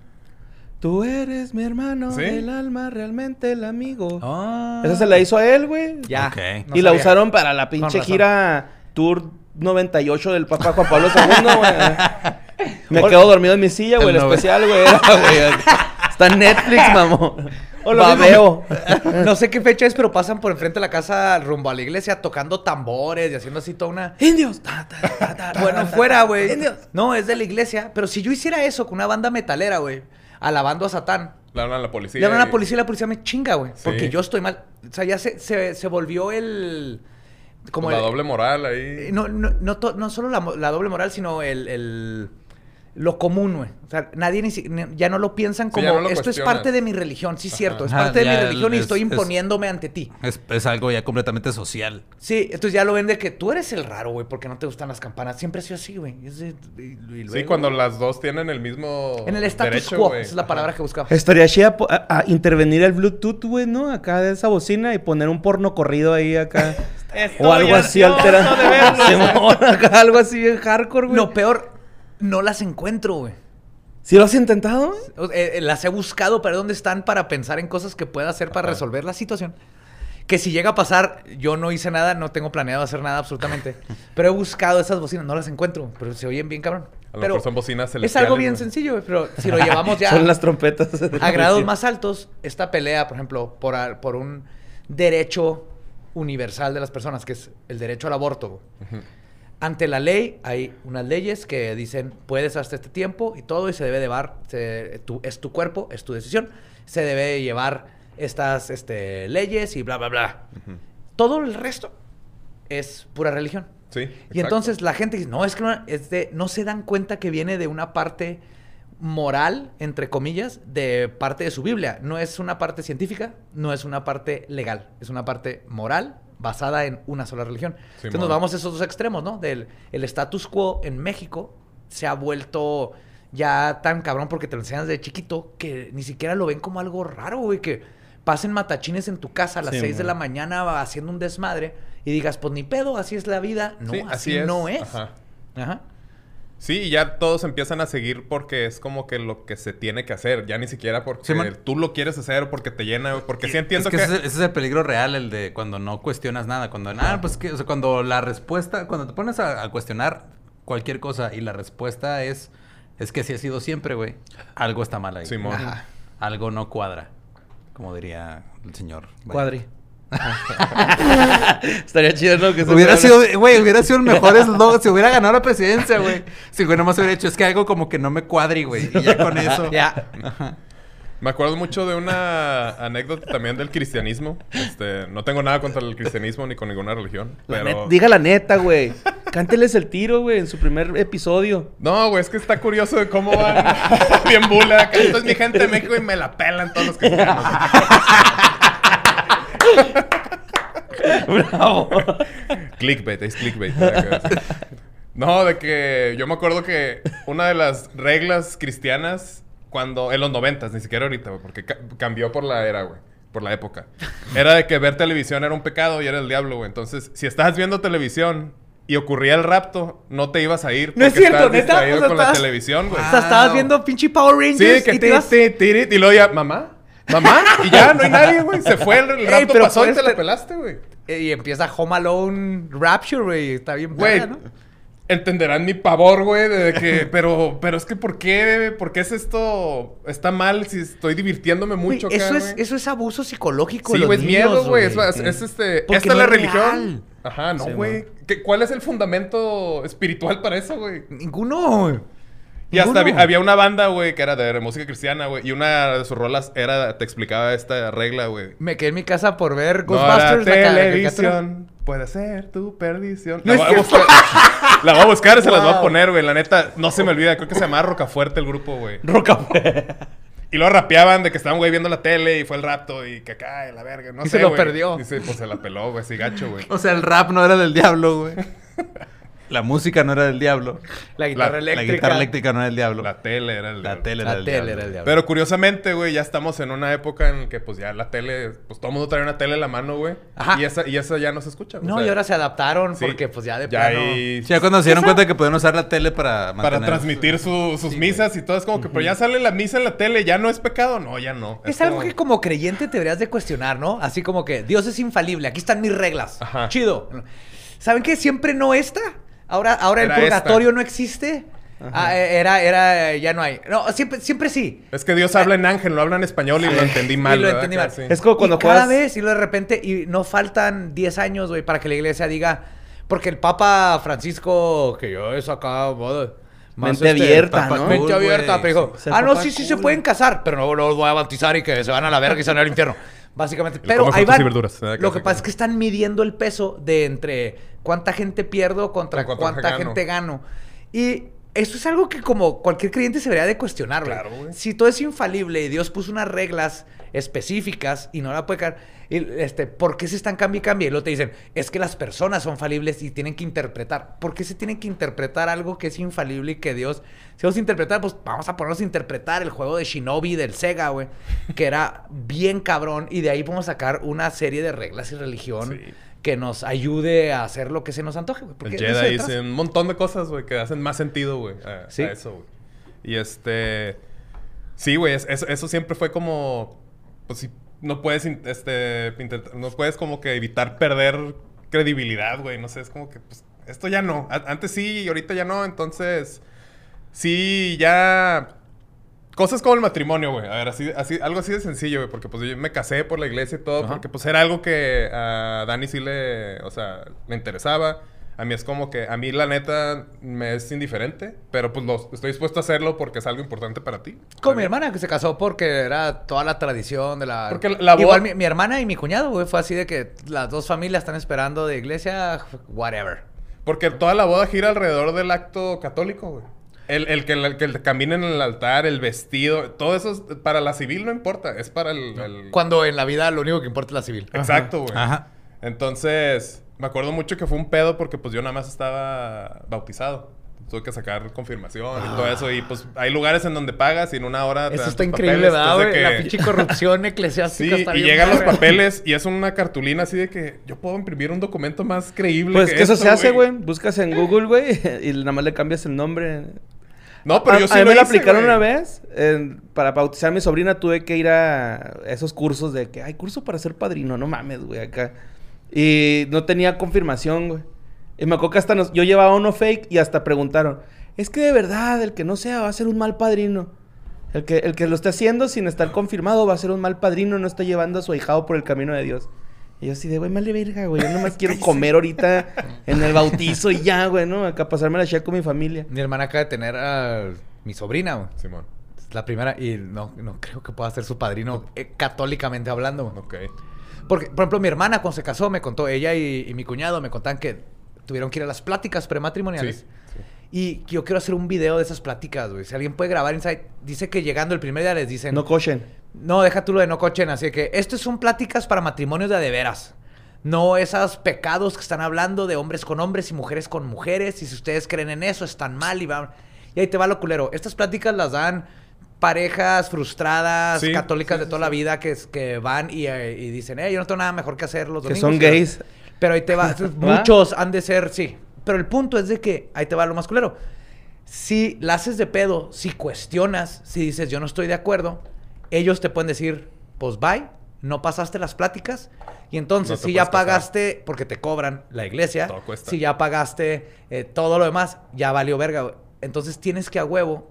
C: Tú eres mi hermano,
A: ¿Sí?
C: el alma, realmente el amigo.
B: Ah.
C: Esa se la hizo a él, güey.
B: Ya.
D: Ok.
B: no
C: y la
B: sabía.
C: usaron para la pinche
B: razón.
C: gira Tour 98 del Papa Juan Pablo II,
B: [laughs]
C: güey. Me quedo dormido en mi silla, güey. El,
D: El noven-
C: especial, güey. era, güey. Está en Netflix, mamón.
B: Ah, O lo
C: Babeo.
B: [laughs] No sé qué fecha es, pero pasan por enfrente de la casa rumbo a la iglesia tocando tambores y haciendo así toda una.
C: Indios. Ta, ta, ta, ta, ta,
B: Bueno,
C: ta, ta.
B: fuera, güey.
C: Indios.
B: No, es de la iglesia. Pero si yo hiciera eso con una banda metalera, güey, alabando a Satán,
A: [laughs] Le hablan a la policía.
B: le hablan a
A: y-
B: la policía y la policía me chinga, güey.
A: Sí.
B: Porque yo estoy mal. O sea, ya se, se, se volvió el. Como
A: la
B: el,
A: doble moral
B: Eh,
A: ahí.
B: No, no, no, to- no solo la, mo- la doble moral, sino el, el- lo común, güey. O sea, nadie ni si- ni- ya no lo piensan
A: Sí,
B: como
A: ya no lo
B: esto es
A: cuestionan.
B: parte de mi religión, sí, cierto, es
D: Ajá,
B: parte de mi
D: ya
B: religión y
D: es-
B: estoy
D: es-
B: imponiéndome ante ti.
D: Es, es algo ya completamente social.
B: Sí, entonces ya lo ven de que tú eres el raro, güey, porque no te gustan las campanas. Siempre ha sido así, güey. Es de- y- y
A: Sí,
B: luego-
A: cuando las dos tienen el mismo.
B: En el status
A: derecho,
B: quo,
A: güey.
B: esa es la palabra que buscaba.
C: Estaría chida po- a, a intervenir el Bluetooth, güey, ¿no? Acá de esa bocina y poner un porno corrido ahí acá. o algo así alterado. [laughs] Simón, acá algo así bien hardcore, güey.
B: Lo peor, no las encuentro, güey.
C: ¿Sí lo has intentado? güey?
B: O- eh, eh, las he buscado para dónde están para pensar en cosas que pueda hacer para resolver la situación. Que si llega a pasar, yo no hice nada, no tengo planeado hacer
A: [laughs]
B: nada absolutamente. pero he buscado esas bocinas, no las encuentro, pero se oyen bien cabrón.
A: A lo
B: Pero
A: mejor son bocinas
B: es algo
A: celestiales,
B: bien
A: güey.
B: sencillo, güey, pero si lo llevamos ya
C: [laughs] Son las trompetas. [laughs]
B: a grados más altos, esta pelea, por ejemplo, por, a- por un derecho universal de las personas, que es el derecho al aborto. güey. Ante la ley hay unas leyes que dicen puedes hasta este tiempo y todo y se debe llevar, se- tu- es tu cuerpo, es tu decisión, se debe llevar estas este, leyes y bla, bla, bla. Todo el resto es pura religión.
A: Sí.
B: Y
A: exacto.
B: entonces la gente dice, no, es que no, es de, no se dan cuenta que viene de una parte moral, entre comillas, de parte de su Biblia. No es una parte científica, no es una parte legal, es una parte moral basada en una sola religión. entonces nos
A: Simón.
B: vamos a esos dos extremos, ¿no? Del el status quo en México se ha vuelto ya tan cabrón porque te lo enseñan de chiquito que ni siquiera lo ven como algo raro, güey, que pasen matachines en tu casa a las
C: Sí,
B: 6 de
C: mon.
B: la mañana haciendo un desmadre y digas, pues ni pedo, así es la vida. No,
A: Sí,
B: así, no es.
A: Ajá.
B: Ajá.
A: Sí, y ya todos empiezan a seguir porque es como que lo que se tiene que hacer. Ya ni siquiera porque
D: Simón.
A: tú lo quieres hacer, porque te llena, porque sí entiendo
D: Es que,
A: que...
D: Ese, es- ese es el peligro real, el de cuando no cuestionas nada. Cuando, ah, pues que, o sea, cuando la respuesta, cuando te pones a, a cuestionar cualquier cosa y la respuesta es, es que así ha sido siempre, güey. Algo está mal ahí.
A: Simón.
B: Ajá.
D: Algo no cuadra, como diría el señor.
C: Cuadri. [laughs] Estaría chido, ¿no? Que se
D: Hubiera
C: fuera-
D: sido, güey, hubiera sido el mejor eslogan. Si hubiera ganado la presidencia, güey. Si güey nomás hubiera hecho, es que algo como que no me cuadri, güey. Y ya con eso.
B: [laughs] Ya.
A: Me acuerdo mucho de una [laughs] anécdota también del cristianismo. Este, no tengo nada contra el cristianismo ni con ninguna religión,
C: La
A: pero...
C: net- diga la neta, güey. [laughs] Cánteles el tiro, güey, en su primer [laughs] episodio.
A: No, güey, es que está curioso de cómo van [laughs] bien bula. acá. Esto es mi gente de México y me la pelan todos los cristianos.
C: Bravo.
A: clickbait, es clickbait. No, de que yo me acuerdo que una de las reglas cristianas cuando en los noventas, ni siquiera ahorita, güey, porque ca- cambió por la era, güey, por la época. Era de que ver televisión era un pecado y era el diablo, güey. Entonces, si estabas viendo televisión y ocurría el rapto, no te ibas a ir
B: No es
A: porque
B: cierto,
A: estabas
B: ¿neta?
A: distraído
B: O sea,
A: con la
B: estabas-
A: televisión, güey.
B: O sea, estabas
D: no.
B: viendo pinche Power
A: Sí, de
B: Rangers
A: que
B: y te
A: ti,
B: ibas-
A: ti, tirit, y luego ya, mamá, mamá, y ya no hay nadie, güey. Se fue el, el
B: Ey,
A: rapto
B: pero
A: pasó
B: este
A: y
B: puedes
A: te la
B: ter-
A: pelaste, güey.
B: eh, Y empieza Home Alone Rapture, güey. Está bien
A: Güey,
B: buena, ¿no?
A: entenderán mi pavor, güey, de
B: [laughs]
A: que, pero, pero es que ¿por qué? ¿Por qué es esto? Está mal si estoy divirtiéndome
B: Güey,
A: mucho,
B: eso,
A: acá,
B: es,
A: güey.
B: eso es abuso psicológico. de
A: Sí,
B: los
A: güey, es miedo,
B: niños,
A: güey. Es, es- es este.
B: Porque
A: Esta
B: no
A: es la
B: es real.
A: religión. Ajá, no,
C: Sí,
A: güey. ¿Qué- ¿Cuál es el fundamento espiritual para eso, güey?
B: Ninguno. güey.
A: Y hasta
B: Ninguno.
A: había, había una banda, güey, que era de música cristiana, güey. Y una de sus rolas era, te explicaba esta regla, güey.
B: Me quedé en mi casa por ver
A: No hará
B: Ghostbusters. la ca- la caricatura.
A: televisión puede ser tu perdición.
B: No
A: la,
B: es
A: voy a
B: cierto. [laughs]
A: buscar, la voy a buscar, se las voy a
B: Wow.
A: poner, güey. La neta, no se me olvida. Creo que se llamaba Rocafuerte el grupo, güey.
C: Roca.
A: Y lo rapeaban de que estaban, güey, viendo la tele y fue el rapto y que cae la verga. No
B: Y
A: sé,
B: se lo
A: güey.
B: perdió.
A: Y se, pues se la peló, güey, así gacho,
B: [laughs]
A: güey.
D: O sea, el rap no era del diablo, güey. La música no era del diablo.
B: La guitarra
A: La- la
D: La
B: eléctrica.
D: guitarra eléctrica no era del diablo.
A: La
D: La,
A: tele era el.
D: tele era
B: La
D: del
B: tele
D: diablo.
B: era el diablo.
A: Pero curiosamente, güey, ya estamos en una época en que, pues ya la tele, pues todo el mundo trae una tele en la mano, güey.
B: Ajá.
A: Y esa, y esa ya no se escucha, güey.
B: no,
A: O sea,
B: y ahora se adaptaron
A: sí,
B: porque pues ya de
A: ya
B: plano...
A: hay-
D: Sí, ya cuando se dieron cuenta que podían usar la tele para
A: para
D: mantener-
A: transmitir su- sus
D: Sí,
A: misas y todo. Es como que, pero ya sale la misa en la tele, ya no es pecado. No, ya no.
B: Es algo
A: como-
B: que como creyente te deberías de cuestionar, ¿no? Así como que Dios es infalible, aquí están mis reglas.
A: Ajá.
B: Chido. ¿Saben qué? Siempre no esta. Ahora, ahora el
A: Era esta.
B: purgatorio no existe. Ah, eh, era, era, eh, ya no hay. No, siempre, siempre sí.
A: Es que Dios habla en ángel, lo habla en español y lo entendí mal.
B: y lo
A: ¿verdad?
B: entendí
A: Acá,
B: mal.
A: sí.
C: Es como cuando
B: y cada
C: juegas-
B: vez, y luego de repente, y no faltan 10 años, güey, para que la iglesia diga. Porque el Papa Francisco, que yo es acá, madre, más este,
C: Mente abierta,
B: Papa
C: ¿no?
B: Mente
D: Cool,
B: abierta,
D: güey.
B: pero dijo,
C: O sea,
B: ah, no,
C: Papa
B: sí, sí
C: cool.
B: se pueden casar, pero no los voy a bautizar y que se van a la verga y se van al
C: [laughs]
B: infierno. Básicamente,
A: come
B: pero ahí
A: frutas
B: van.
A: y verduras. Ah,
B: Lo
A: casi,
B: que pasa
A: casi.
B: es que están midiendo el peso de entre cuánta gente pierdo contra
A: Con
B: cuánta,
A: cuánta gano.
B: gente gano. Y eso es algo que como cualquier creyente se debería de cuestionar, güey.
A: Claro, güey.
B: Si todo es infalible y Dios puso unas reglas específicas y no la puede caer, este, ¿por qué se están cambiando y cambiando? Y luego te dicen, es que las personas son falibles y tienen que interpretar. ¿Por qué se tienen que interpretar algo que es infalible y que Dios... Si vamos a interpretar, pues vamos a ponernos a interpretar el juego de Shinobi del Sega, güey, que era bien cabrón y de ahí podemos sacar una serie de reglas y religión
A: Sí.
B: que nos ayude a hacer lo que se nos antoje, güey. porque
A: El
B: de eso se
A: Jedi
B: trata.
A: dice un montón de cosas, güey, que hacen más sentido, güey, a,
B: Sí.
A: a eso, güey. Y este... Sí, güey, es- es- eso siempre fue como... Pues sí, no puedes, in- este, intentar- no puedes como que evitar perder credibilidad, güey. No sé, es como que, pues, esto ya no. A- antes sí, y ahorita ya no, entonces... Sí, ya... Cosas como el matrimonio, güey. A ver, así, así, algo así de sencillo, güey. Porque pues yo me casé por la iglesia y todo,
B: Ajá.
A: porque pues era algo que a Dani sí le, o sea, le interesaba. A mí es como que, a mí la neta me es indiferente, pero pues lo, estoy dispuesto a hacerlo porque es algo importante para ti.
B: Con mi hermana que se casó porque era toda la tradición de la.
A: Porque la- la boda-
B: Igual mi, mi hermana y mi cuñado, güey, fue así de que las dos familias están esperando de iglesia, whatever.
A: Porque toda la boda gira alrededor del acto católico, güey. El, el que, el que camina en el altar, el vestido, todo eso es- para la civil no importa, es para el... el-
B: Cuando en la vida lo único que importa es la civil.
A: Exacto, güey.
D: Ajá.
A: Entonces, me acuerdo mucho que fue un pedo porque pues yo nada más estaba bautizado. Tuve que sacar confirmación y todo eso. Y pues hay lugares en donde pagas y en una hora... te
B: Eso
A: dan
B: está
A: tus
B: increíble,
A: papeles.
B: ¿verdad,
A: Entonces,
B: güey?
A: de
B: La
A: que-
B: pinche [laughs] corrupción eclesiástica
A: Sí,
B: está
A: y
B: bien
A: llegan los
B: verga.
A: papeles y es una cartulina así de que yo puedo imprimir un documento más creíble.
C: Pues que eso
A: esto,
C: se hace, güey. Buscas en Google, güey, [laughs] y nada más le cambias el nombre.
A: No, pero
C: a,
A: yo sí
C: a mí
A: lo
C: me la
A: hice, güey.
C: aplicaron una vez. en- para bautizar a mi sobrina tuve que ir a esos cursos de que hay curso para ser padrino. No mames, güey, acá. Y no tenía confirmación, güey. Y me acuerdo que hasta nos- yo llevaba uno fake y hasta preguntaron, es que de verdad el que no sea va a ser un mal padrino. El que, el que lo esté haciendo sin estar confirmado va a ser un mal padrino, no está llevando a su ahijado por el camino de Dios. Y yo así de, güey, male verga, güey. Yo
A: [laughs]
C: nomás quiero comer ahorita en el bautizo y ya, güey, ¿no? Acá pasarme la chía con
A: [laughs]
C: mi familia.
B: Mi hermana acaba de tener a mi sobrina, güey.
A: Simón.
B: Es La primera, y no, no creo que pueda ser su padrino eh, católicamente hablando. güey.
A: Ok.
B: Porque, por ejemplo, mi hermana cuando se casó me contó, ella y, y mi cuñado me contaban que tuvieron que ir a las pláticas
A: Sí,
B: prematrimoniales.
A: sí.
B: Y yo quiero hacer un video de esas pláticas, güey. Si alguien puede grabar Inside, dice que llegando el primer día les dicen...
C: No cochen.
B: No, deja tú lo de no cochen. Así que estos son pláticas para matrimonios de a de veras. No esos pecados que están hablando de hombres con hombres y mujeres con mujeres. Y si ustedes creen en eso, están mal y van. Y ahí te va lo culero. Estas pláticas las dan parejas frustradas,
A: Sí,
B: católicas
A: sí,
B: de
A: sí,
B: toda la vida, que, es- que van y, eh, y dicen, eh, yo no tengo nada mejor que hacer los
C: Que
B: domingos.
C: son
B: pero-
C: gays.
B: Pero ahí
A: [laughs]
B: te va. Muchos han de ser, sí. Pero el punto es de que ahí te va lo más culero si la haces de pedo, si cuestionas, si dices yo no estoy de acuerdo, ellos te pueden decir, pues bye, no pasaste las pláticas. Y entonces,
A: No te
B: si ya
A: puedes casar.
B: pagaste, porque te cobran la iglesia,
A: Todo cuesta.
B: si ya pagaste eh, todo lo demás, ya valió verga. güey. Entonces tienes que a huevo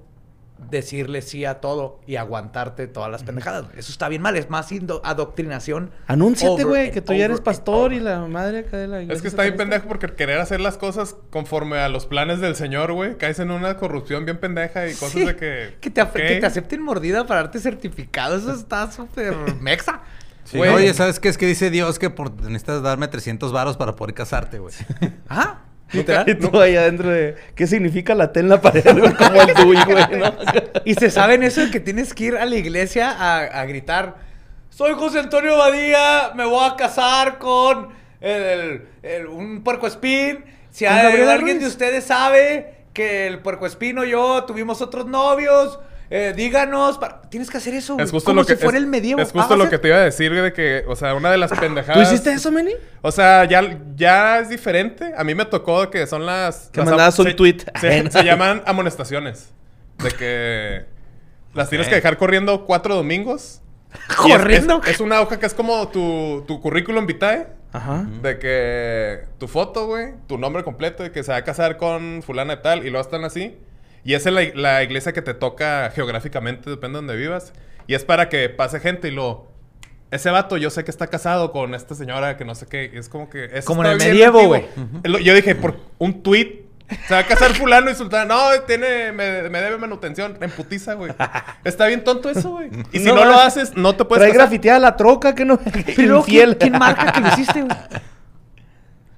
B: decirle sí a todo y aguantarte todas las pendejadas. güey. Eso está bien mal, es más indo- adoctrinación.
C: Anúnciate,
B: Over
C: güey,
B: and
C: que tú ya
B: over
C: eres
B: and
C: pastor y
B: over.
C: la madre acá de la iglesia
A: Es que está bien
C: satanista.
A: pendejo porque querer hacer las cosas conforme a los planes del señor, güey. Caes en una corrupción bien pendeja y cosas
B: Sí,
A: de que...
B: te, af- que
A: ok.
B: te acepten mordida para darte certificado, eso está súper mexa.
D: Sí,
A: Güey.
D: Oye, ¿sabes qué? Es que dice Dios que por... necesitas darme 300 varos para poder casarte, güey.
B: [laughs] Ah,
A: Nunca-
C: [laughs] Y tú ahí adentro de... ¿Qué significa la T en la pared? [laughs] güey? Como el tuyo, güey,
B: [laughs]
C: ¿no?
B: [laughs] Y se saben eso de que tienes que ir a la iglesia a, a gritar: Soy José Antonio Badía, me voy a casar con el, el- el- un puercoespín. Si
C: ¿Con
B: hay-
C: Gabriela
B: alguien de
C: Ruiz?
B: ustedes sabe que el puercoespín o yo tuvimos otros novios, eh, díganos. para-". Tienes que hacer eso. güey,
A: Es justo
B: como
A: lo que...
B: si fuera
A: es-
B: el medievo. Ah,
A: Es justo lo
B: Hagas-
A: que te iba a decir de que... O sea, una de las
C: ¿Tú
A: pendejadas...
C: hiciste eso, Meni?
A: O sea, ya, ya es diferente. A mí me tocó que son las...
C: Que
A: las am-
C: mandabas un
A: se-
C: tweet.
A: Se, se llaman amonestaciones. De que... Las tienes que dejar corriendo cuatro domingos. Y es-
B: Corriendo.
A: Es, es una hoja que es como tu, tu currículum vitae.
B: Mm.
C: Ajá.
A: De que tu foto, güey, tu nombre completo, de que se va a casar con fulana de tal, y luego están así. Y esa es la, la iglesia que te toca geográficamente, depende de donde vivas. Y es para que pase gente y lo... Ese vato yo sé que está casado con esta señora que no sé qué. y Es como que... eso
B: Como en
A: está
B: el
A: bien
B: medievo,
A: antiguo. Lo- Yo dije, por un tweet... Se va a casar fulano y sultana. No, tiene, me, me debe manutención. En putiza, güey. Está bien tonto eso, güey. Y si
C: No
A: no, lo
C: mames.
A: haces, no te puedes
C: Trae
A: casar.
C: grafiteada la troca,
B: [laughs]
C: que no...
B: Pues, Pero luego, ¿quién,
C: Infiel.
B: quién marca que lo hiciste, güey?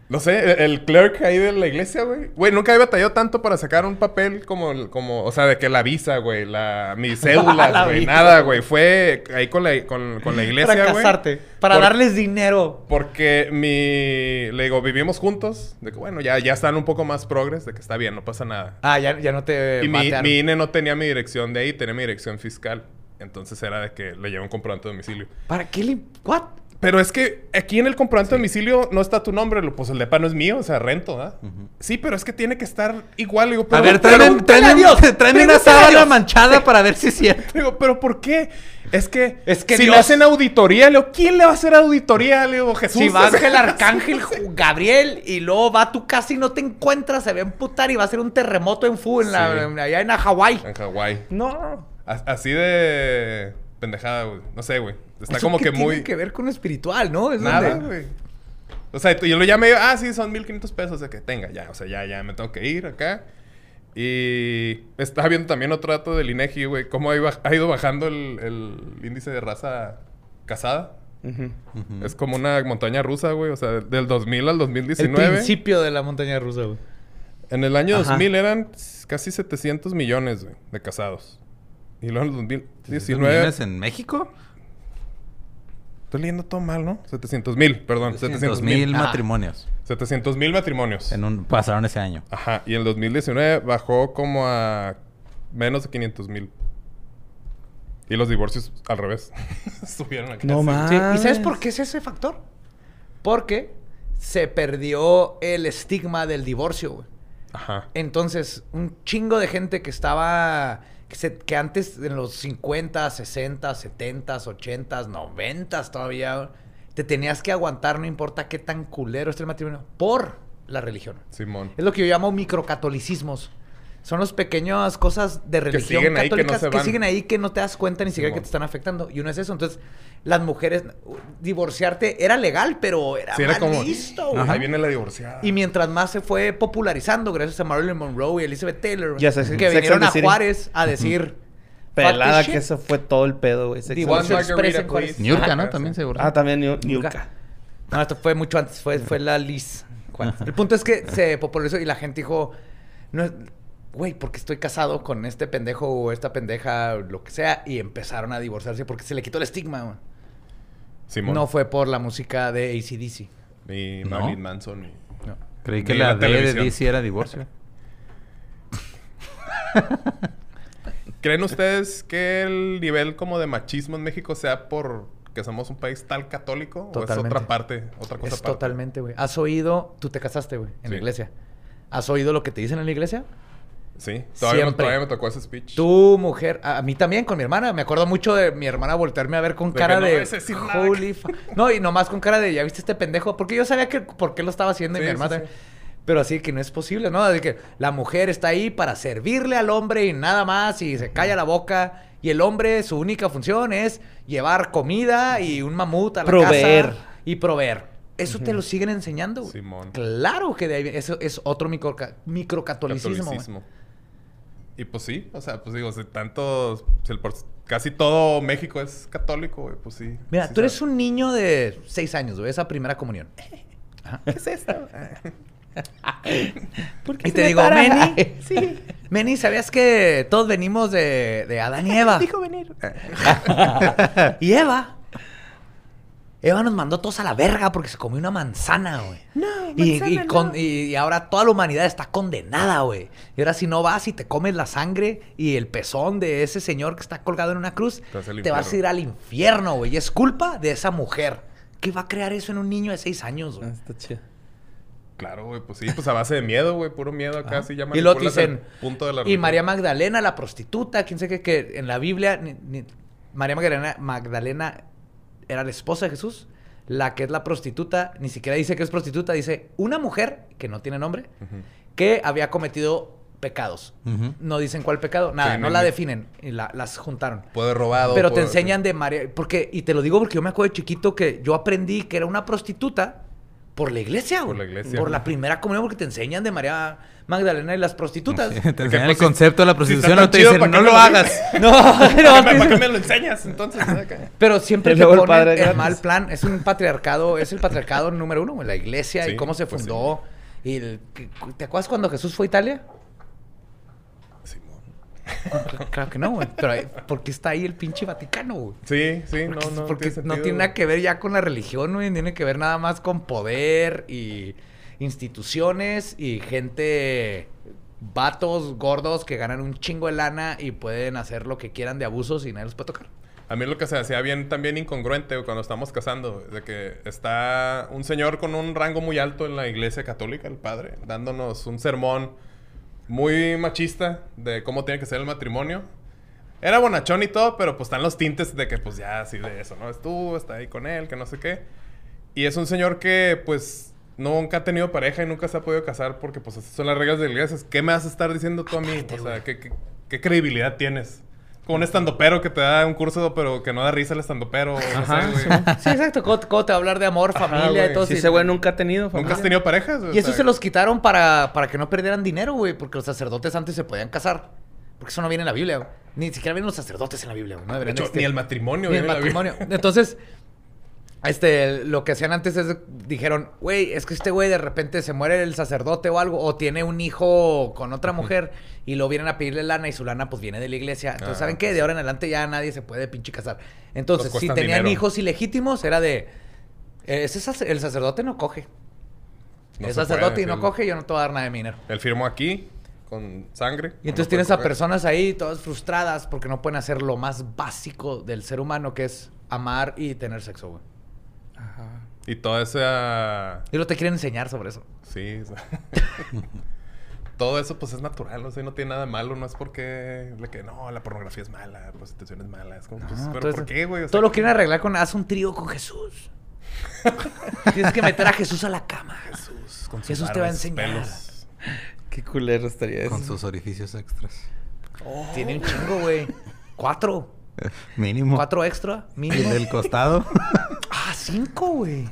A: No sé, el- el clerk ahí de la iglesia, güey. Güey, nunca había batallado tanto para sacar un papel como, el- como o sea, de que la visa, güey, la, mi
B: [laughs] La
A: cédula, güey,
B: visa.
A: nada, güey. Fue ahí con la, con, con la iglesia,
B: Para
A: güey.
B: casarte. Para
A: Por-
B: darles dinero.
A: Porque mi, le digo, vivimos juntos. De que, bueno, ya, ya están un poco más progres, de que está bien, no pasa nada.
B: Ah, ya, ya no te.
A: y mi,
B: batearon.
A: mi INE no tenía mi dirección de ahí, tenía mi dirección fiscal. Entonces era de que le llevé un comprobante de domicilio.
B: ¿Para qué le.? ¿What?
A: Pero es que aquí en el comprobante de domicilio no está tu nombre, lo- pues el depa no es mío, o sea, rento, ¿verdad? Sí, pero es que tiene que estar igual. Digo, pero,
D: a ver,
A: pero-
D: tráeme, tráeme,
B: Dios,
D: [laughs] tráeme una
B: pregúntale a
D: sábana
B: Dios.
D: manchada para ver si es
A: [laughs]
D: cierto.
A: digo, pero ¿por qué? Es que,
B: Es que
A: si
B: Dios-
A: le hacen auditoría, le digo, ¿quién le va a hacer auditoría? Le digo, Jesús.
B: Si va
A: o sea,
B: [laughs] Ángel Arcángel Ju- Gabriel y luego va a tu casa y no te encuentras, se va a emputar y va a ser un terremoto en Fu, en la,
A: Sí.
B: en- allá en Hawái.
A: [laughs] En Hawái.
C: No.
A: A- Así de pendejada, güey. No sé, güey. Está
B: ¿Eso
A: como
B: qué
A: que
B: tiene
A: muy...
B: que ver con lo espiritual, ¿no? Es
A: Nada,
B: donde-
A: güey. O sea, tú- yo lo llamé, ah, sí, son 1500 pesos, o sea, que tenga, ya, o sea, ya, ya, me tengo que ir acá. Y estaba viendo también otro dato del INEGI, güey, cómo ha ido baj- ha ido bajando el, el índice de raza casada.
C: [laughs] Ujú.
A: Es como una montaña rusa, güey, o sea, del 2000 al
B: El
A: 2019.
B: principio de la montaña rusa, güey.
A: En el año
C: Ajá.
A: 2000 eran casi 700 millones, güey, de casados. Y luego en el 2019...
D: ¿Millones en México?
A: Estoy leyendo todo mal, ¿no? 700 mil, perdón, 700
D: mil
A: mil.
B: Ah.
D: matrimonios
A: 700 mil matrimonios.
D: en un, pasaron ese año.
A: Ajá, y en el 2019 bajó como a menos de 500 mil. Y los divorcios al revés. [laughs] Subieron acá.
C: No
A: sí.
C: mames.
B: Sí, ¿Y sabes por qué es ese factor? Porque se perdió el estigma del divorcio, güey.
A: Ajá.
B: Entonces, un chingo de gente que estaba. Que, se- que antes, en los 50, 60, 70, 80, 90 todavía, te tenías que aguantar, no importa qué tan culero esté el matrimonio, por la religión.
A: Simón.
B: Es lo que yo llamo microcatolicismos. Son las pequeñas cosas de religión
A: siguen ahí, que no
B: católicas que,
A: se van.
B: siguen ahí que no te das cuenta ni siquiera que
A: Simón.
B: te están afectando. Y uno es eso. Entonces, las mujeres, uh, divorciarte era legal, pero era,
A: Sí, era
B: mal
A: como.
B: visto,
A: Ajá.
B: güey.
A: Ahí viene la divorciada.
B: Y mientras más se fue popularizando, gracias a Marilyn Monroe y Elizabeth Taylor,
C: Ya sé, Sex
B: que
C: and
B: vinieron
C: the
B: a
C: City.
B: Juárez a decir.
C: Pelada
B: "Fuck this
C: que
B: shit".
C: eso fue todo el pedo, güey. Sex and the
B: Divorcio.
C: City.
B: One Express en Juárez.
D: Niurka,
A: Ajá,
D: ¿no? También
A: sí.
D: seguro.
C: Ah, también Niu- Niuka.
B: Nunca. No, esto fue mucho antes, fue, fue la Liz. Juárez. El punto es que se popularizó y la gente dijo, no, es- güey, porque estoy casado con este pendejo o esta pendeja, o lo que sea, y empezaron a divorciarse porque se le quitó el estigma. güey.
A: Simón.
B: No fue por la música de ACDC.
A: Y
D: No.
A: Marilyn Manson. y-
B: No.
D: Creí que
A: Ni la
D: la, D de
A: televisión.
D: DC era divorcio. [laughs]
A: ¿Creen ustedes que el nivel como de machismo en México sea por que somos un país tal católico? ¿O
B: Totalmente.
A: es otra parte? Otra cosa
B: Es
A: aparte?
B: totalmente, güey. Has oído, tú te casaste, güey, en
A: Sí.
B: la iglesia. ¿Has oído lo que te dicen en la iglesia?
A: Sí. Todavía, no-
B: Siempre.
A: todavía me tocó ese speech.
B: Tu mujer, a, a mí también, con mi hermana. Me acuerdo mucho de mi hermana voltearme a ver con
A: De que
B: cara
A: no
B: de.
A: ves decir nada.
B: Holy fa-". No, y nomás con cara de, ¿ya viste este pendejo? Porque yo sabía que por qué lo estaba haciendo y
A: Sí,
B: mi hermana.
A: sí,
B: también. Pero así que no es posible, ¿no? De que la mujer está ahí para servirle al hombre y nada más y se calla la boca. Y el hombre, su única función es llevar comida y un mamut a la
C: Proveer.
B: casa. Y proveer. Eso te lo siguen enseñando, güey.
A: Simón.
B: Claro que de ahí viene. Eso es otro microca- microcatolicismo, güey.
A: Catolicismo. Y pues sí, o sea, pues digo, si tantos, si el por- casi todo México es católico, güey, pues sí.
B: Mira,
A: sí
B: tú eres
A: sabe.
B: un niño de seis años, güey, esa primera comunión. [laughs]
C: es esto?
B: Y te digo, Meni, Meni, ¿sabías que todos venimos de, de Adán y Eva?
C: venir.
B: [laughs] y Eva. Eva nos mandó todos a la verga porque se comió una manzana, güey.
C: No,
B: Y,
C: manzana,
B: y con-
C: no.
B: y- y ahora toda la humanidad está condenada, güey. Y ahora si no vas y te comes la sangre y el pezón de ese señor que está colgado en una cruz,
A: Te vas al
B: te vas a
A: infierno.
B: ir al infierno, güey. Y es culpa de esa mujer. ¿Qué va a crear eso en un niño de seis años,
C: Ah,
B: güey?
C: está chido.
A: Claro, güey, pues sí, pues a base de miedo, güey, puro miedo acá, sí, ya
B: Y lo
A: manipulas el
B: dicen.
A: Punto de la
B: Y
A: religión.
B: María Magdalena, la prostituta, quién sé qué, que en la Biblia, ni- ni- María Magdalena, Magdalena era la esposa de Jesús, la que es la prostituta, ni siquiera dice que es prostituta, dice una mujer que no tiene nombre,
A: Ujú.
B: que había cometido pecados.
D: Ujú.
B: No dicen cuál pecado, nada,
A: Sí,
B: no
A: ni-
B: la
A: ni-
B: definen, y la- las juntaron.
A: Puede robado.
B: Pero te
A: puede-
B: enseñan de María, porque, y te lo digo porque yo me acuerdo de chiquito que yo aprendí que era una prostituta por la iglesia,
A: Por
B: güey.
A: la iglesia.
B: Por la primera comunión, porque te enseñan de María Magdalena y las prostitutas.
A: [laughs]
D: Sí, te enseñan
A: pues,
D: el
A: si-
D: concepto de la
A: si
D: prostitución,
A: está tan
D: no te
A: chido,
D: dicen,
A: ¿para
D: no
A: qué me
D: lo
A: lo
D: hagas. [laughs]
B: No,
A: [laughs]
B: [laughs]
A: ¿Para
B: no,
A: qué me- para qué
B: sí.
A: me lo enseñas?
B: [laughs]
A: Entonces, acá.
B: pero siempre
C: Y
B: te
C: luego el
B: ponen
C: padre
B: el
C: gratis.
B: mal plan. Es un patriarcado, es el patriarcado número uno, güey, la iglesia y
A: Sí,
B: cómo se
A: pues
B: fundó. Y el- ¿Te acuerdas cuando Jesús fue a Italia?
A: Simón.
B: Claro que no, güey. Pero ahí- ¿por qué está ahí el pinche Vaticano, güey?
A: Sí, sí, no, no.
B: Pues porque no
A: sentido,
B: tiene nada
A: güey.
B: que ver ya con la religión, güey. Tiene que ver nada más con poder y instituciones y gente, vatos gordos que ganan un chingo de lana y pueden hacer lo que quieran de abusos y nadie los puede tocar.
A: A mí lo que se hacía bien también incongruente güey, cuando estamos casando, güey, de que está un señor con un rango muy alto en la iglesia católica, el padre, dándonos un sermón muy machista de cómo tiene que ser el matrimonio. Era bonachón y todo, pero pues están los tintes de que pues ya así de eso, ¿no? Estuvo, está ahí con él, que no sé qué. Y es un señor que pues nunca ha tenido pareja y nunca se ha podido casar porque pues así son las reglas de la iglesia. ¿Qué me vas a estar diciendo tú a mí? O sea, ¿qué, qué, qué credibilidad tienes? Como un estandopero que te da un curso, pero que no da risa el estandopero. o No
C: Ajá,
A: sé,
C: sí.
A: güey.
B: [laughs] Sí, exacto. ¿Cómo, cómo te va a hablar de amor, familia y
A: güey.
B: todo
C: Si
B: sí.
C: ese güey nunca ha tenido
A: ¿Nunca
C: familia.
A: has tenido parejas?
B: Y eso se los quitaron para, para que no perdieran dinero, güey. Porque los sacerdotes antes se podían casar. Porque eso no viene en la Biblia, güey. Ni siquiera vienen los sacerdotes en la Biblia, güey. No
A: De
B: deberían
A: hecho,
B: existir.
A: ni el matrimonio.
B: Ni el
A: viene en la Biblia.
B: matrimonio. Entonces, este, lo que hacían antes es, dijeron, güey, es que este güey de repente se muere el sacerdote o algo, o tiene un hijo con otra mujer, y lo vienen a pedirle lana, y su lana pues viene de la iglesia. Entonces,
A: Ah,
B: ¿saben qué? De ahora en adelante ya nadie se puede pinche casar. Entonces,
A: Nos
B: si
A: Pues cuestan
B: tenían
A: dinero.
B: hijos ilegítimos, era de, "Eh, ese sac- el sacerdote no coge.
A: No
B: el
A: se puede,
B: sacerdote y
A: sí,
B: no
A: el-
B: coge, yo no te voy a dar nada de dinero.
A: Él firmó aquí con sangre.
B: Y entonces
A: No
B: tienes
A: puede
B: a
A: coger.
B: personas ahí todas frustradas porque no pueden hacer lo más básico del ser humano, que es amar y tener sexo, güey.
C: Ajá.
A: Y toda esa...
B: Y no te quieren enseñar sobre eso.
A: Sí. o sea, [laughs] Todo eso pues es natural, o sea, no tiene nada de malo, no es porque le que no, la pornografía es mala, la prostitución es mala, es como pues,
B: No,
A: pero
B: Ah, todo
A: ¿por
B: eso-
A: qué, güey? O sea,
B: todo lo quieren arreglar con haz un trío
A: [laughs]
B: con Jesús. Tienes que meter a Jesús a la cama.
A: Jesús, con sus
B: Jesús te va a
A: barbas, sus
B: enseñar. [laughs]
A: pelos.
C: Qué culero estaría eso.
D: Con sus orificios extras.
A: Oh.
B: Tiene un chingo, güey. Cuatro.
D: Mínimo.
B: Cuatro extra,
D: [laughs] Y el
B: mínimo. [laughs]
D: del costado.
B: Ah, cinco, güey.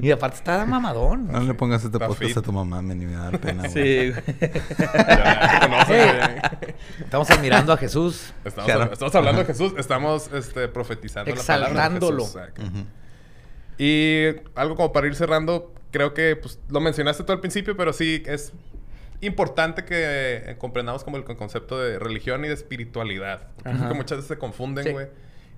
B: Y aparte está mamadón.
D: No le pongas este
A: Está
D: podcast
A: fit.
D: a tu mamá, me ni me da pena, güey.
C: Sí, güey. [laughs]
A: Ya te conoces, güey.
B: Estamos admirando a Jesús.
A: Estamos,
D: Claro.
A: hab- estamos hablando de Jesús, estamos este, profetizando
B: Exaltándolo.
A: la palabra de Jesús. o sea,
D: Ujú.
A: Y algo como para ir cerrando, creo que pues, lo mencionaste tú al principio, pero sí es importante que eh, comprendamos como el con- concepto de religión y de espiritualidad. Porque creo
C: Ajá.
A: que muchas veces se
B: Sí.
A: confunden, güey.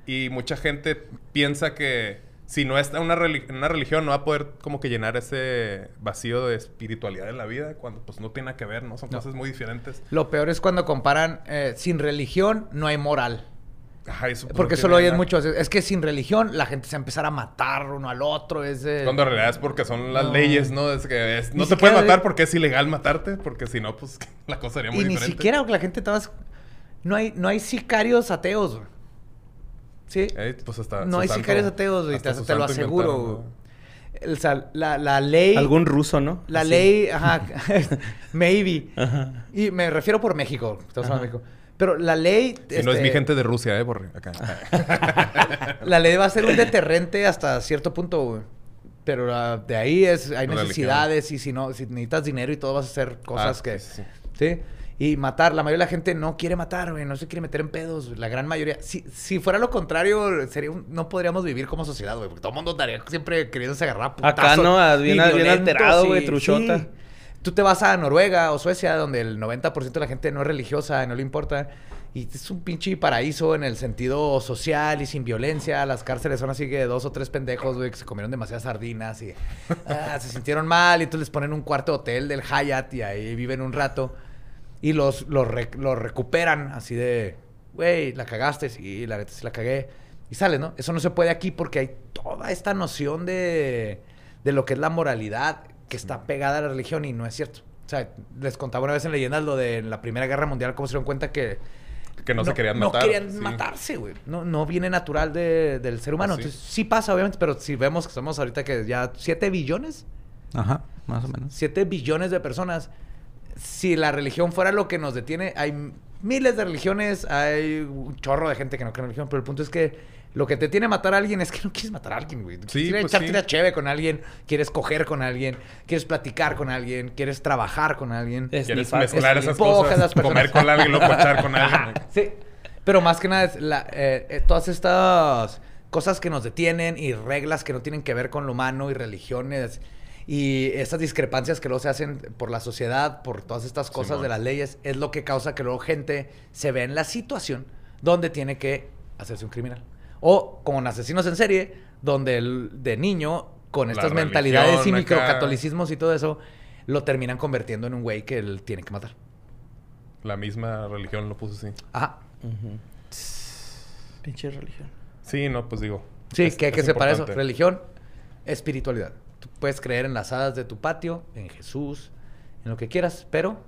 A: Y mucha gente piensa que si no está en una, reli- en una religión no va a poder como que llenar ese vacío de espiritualidad en la vida, cuando pues no tiene nada que ver, ¿no? Son cosas muy diferentes.
B: Lo peor es cuando comparan eh, sin religión no hay moral.
A: Ajá, eso, pues,
B: Porque
A: no
B: eso lo
A: tiene
B: oyen
A: nada.
B: mucho. Es que sin religión la gente se va a empezar a matar uno al otro. Es de-
A: Cuando en realidad es porque son las
B: No.
A: leyes, ¿no? Es que es- no
B: Ni
A: te puedes
B: siquiera-
A: matar porque es ilegal matarte, porque si no, pues [laughs] la cosa sería muy
B: Y ni
A: diferente.
B: siquiera porque la gente te vas- No hay, no hay sicarios ateos, güey. ¿Sí?
A: Eh, pues hasta
B: no hay sicarios ateos, güey. Te,
A: hasta su
B: te lo
A: santo
B: aseguro,
A: inventaron,
B: güey.
A: ¿no?
B: el- o sea, la, la ley...
C: Algún ruso, ¿no?
B: La
C: Así.
B: ley, ajá, maybe.
C: Ajá.
B: Y me refiero por México, estamos hablando de México. Pero la ley...
A: Y no es
B: este,
A: mi gente de Rusia, ¿eh? Por acá.
B: La ley va a ser un deterrente hasta cierto punto, güey. Pero ah, de ahí es, hay
A: Religión.
B: necesidades y si no, si necesitas dinero y todo vas a hacer [laughs] cosas
A: Ah,
B: que...
A: sí,
B: Sí. Y matar, la mayoría de la gente no quiere matar, güey, no se quiere meter en pedos, güey, la gran mayoría. Si, si fuera lo contrario, sería un- no podríamos vivir como sociedad, güey, porque todo el mundo estaría siempre queriéndose agarrar a
C: Acá,
B: putazos
C: ¿no? Ah, bien-
B: y
C: bien
B: violentos
C: alterado, güey,
B: y-
C: truchota.
B: sí. Tú te vas a Noruega o Suecia, donde el 90% de la gente no es religiosa, no le importa. Y es un pinche paraíso en el sentido social y sin violencia. Las cárceles son así que dos o tres pendejos, güey, que se comieron demasiadas sardinas y ah, se sintieron mal. Y entonces les ponen un cuarto de hotel del Hyatt y ahí viven un rato. Y los, los, re- los recuperan así de, güey, la cagaste, sí, la neta sí la cagué. Y sale, ¿no? Eso no se puede aquí porque hay toda esta noción de, de lo que es la moralidad que está pegada a la religión y no es cierto. O sea, les contaba una vez en leyendas lo de la Primera Guerra Mundial, cómo se dieron cuenta que...
A: Que no, se querían matar.
B: No querían
A: sí.
B: matarse, güey. No, no viene natural de- del ser humano.
A: Así.
B: Entonces, sí pasa, obviamente, pero si vemos que somos ahorita que ya 7 billones,
D: Ajá, más o menos.
B: 7 billones de personas. Si la religión fuera lo que nos detiene, hay miles de religiones, hay un chorro de gente que no cree en religión, pero el punto es que lo que te tiene a matar a alguien es que no quieres matar a alguien, güey.
A: Sí,
B: quieres
A: pues
B: echarte
A: sí.
B: una cheve con alguien, quieres coger con alguien, quieres platicar con alguien, quieres trabajar con alguien.
C: Es
A: Quieres
C: nifas.
A: mezclar
B: Es
A: esas
B: nifasto.
A: cosas.
B: Las personas-
A: Comer con alguien,
B: [laughs]
A: luego cochar con alguien.
B: Sí. Pero más que nada, es la- eh, eh, todas estas cosas que nos detienen y reglas que no tienen que ver con lo humano y religiones y estas discrepancias que luego se hacen por la sociedad, por todas estas cosas
A: Simón.
B: de las leyes, es lo que causa que luego gente se vea en la situación donde tiene que hacerse un criminal. O con asesinos en serie, donde el- de niño, con
A: La
B: estas
A: religión
B: mentalidades y
A: acá.
B: microcatolicismos y todo eso, lo terminan convirtiendo en un güey que él tiene que matar.
A: La misma religión lo puso así.
B: Ajá.
C: Ujú. Pinche religión.
A: Sí, no, pues digo.
B: Sí,
A: es-
B: que hay que
A: es
B: separar eso.
A: importante.
B: Religión, espiritualidad. Tú puedes creer en las hadas de tu patio, en Jesús, en lo que quieras, pero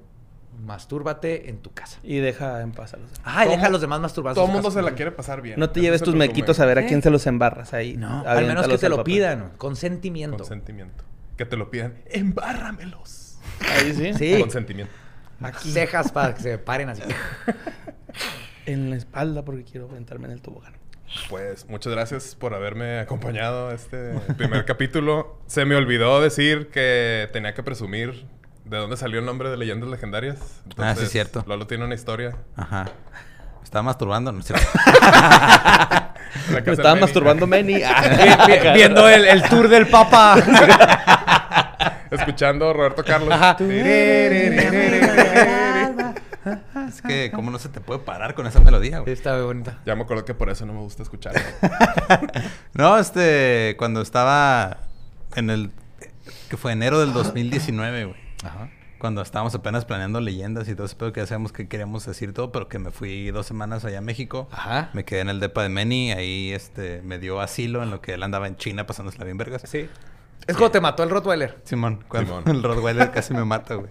B: mastúrbate en tu casa.
C: Y deja en paz a los demás.
B: Ah, y
A: Todo
B: deja a
A: mu-
B: los demás masturbarse.
A: Todo
B: en
A: el
B: su
A: mundo
B: casa.
A: se la quiere pasar bien.
C: No te
A: Ese
C: lleves
A: es
C: tus
A: el
C: mequitos a
A: resumen.
C: ver a quién se los embarras ahí.
B: No, al menos que
C: Aviéntalos
B: te
C: al
B: lo
C: papel.
B: pidan. Consentimiento.
A: Consentimiento. Que te lo pidan. Embárramelos.
C: Ahí sí.
B: Sí.
A: Consentimiento.
B: Cejas para que se paren
A: [laughs]
B: así.
C: En la espalda porque quiero aventarme en el tobogán.
A: Pues muchas gracias por haberme acompañado a este primer capítulo. Se me olvidó decir que tenía que presumir de dónde salió el nombre de Leyendas Legendarias.
D: Ah, sí, cierto.
A: Lolo tiene una historia.
D: Ajá. Me estaba masturbando, ¿no es
C: [laughs]
D: cierto?
A: Me
C: Me estaba
A: [laughs]
B: [laughs]
C: masturbando Manny. Ah, [laughs]
B: Vi- vi- Viendo el, el tour del Papa.
A: Escuchando a Roberto Carlos.
B: Ajá.
D: es que, ¿cómo no se te puede parar con esa melodía, güey?
B: Está muy bonita.
A: Ya me acuerdo que por eso no me gusta
D: [laughs]
A: escuchar.
D: No, este, cuando estaba en el, que fue enero del 2019, güey.
B: Ajá.
D: Cuando estábamos apenas planeando leyendas y todo ese pedo que hacíamos que queríamos decir todo, pero que me fui dos semanas allá a México.
C: Ah.
B: Ajá.
D: Me quedé en el depa de Manny, ahí este, me dio asilo en lo que él andaba en China pasándosela bien vergas.
B: Sí. Es cuando te mató el
A: [laughs]
B: Rottweiler.
D: Simón, cuando
A: Simón.
D: el Rottweiler casi me mata, güey.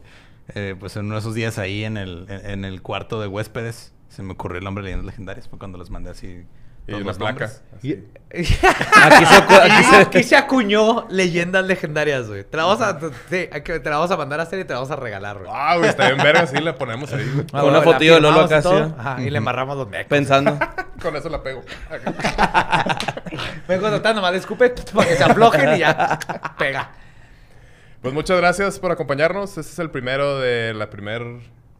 D: Eh, pues en uno de esos días ahí en el, en, en el cuarto de huéspedes se me ocurrió el nombre de leyendas legendarias. Fue cuando los mandé así.
A: y
D: todos
A: una
D: los
A: placa.
D: nombres.
A: así.
C: Aquí se
B: Ah,
C: [laughs] acu-
B: [laughs]
C: aquí se-
B: Aquí se acuñó leyendas legendarias, güey. Te la vamos a, sí, hay que- te la vamos a mandar a hacer y te la vamos a regalar, güey.
A: Ah, güey, está bien verga. Sí, la ponemos ahí. güey.
C: Con Ah, una fotillo de Lolo acá,
B: así.
C: sí.
B: Ajá, y le embarramos los mecos.
C: Pensando.
A: Con eso la pego.
B: Me contratando, nomás le escupe [laughs] para que se aflojen y
C: [laughs]
B: ya. Pega.
A: Pues muchas gracias por acompañarnos. Este es el primero de la primera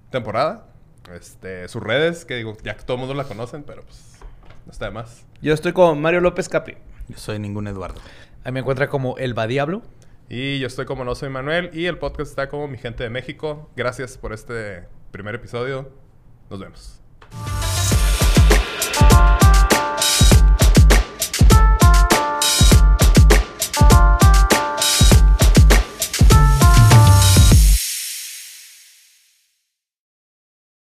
A: temporada. Este, sus redes, que digo, ya que todo el mundo la conocen, pero pues no está de más.
C: Yo estoy con Mario López Capi.
D: Yo soy ningún Eduardo.
B: Ahí me encuentra como el Diablo.
A: Y yo estoy como no soy Manuel y el podcast está como mi gente de México. Gracias por este primer episodio. Nos vemos.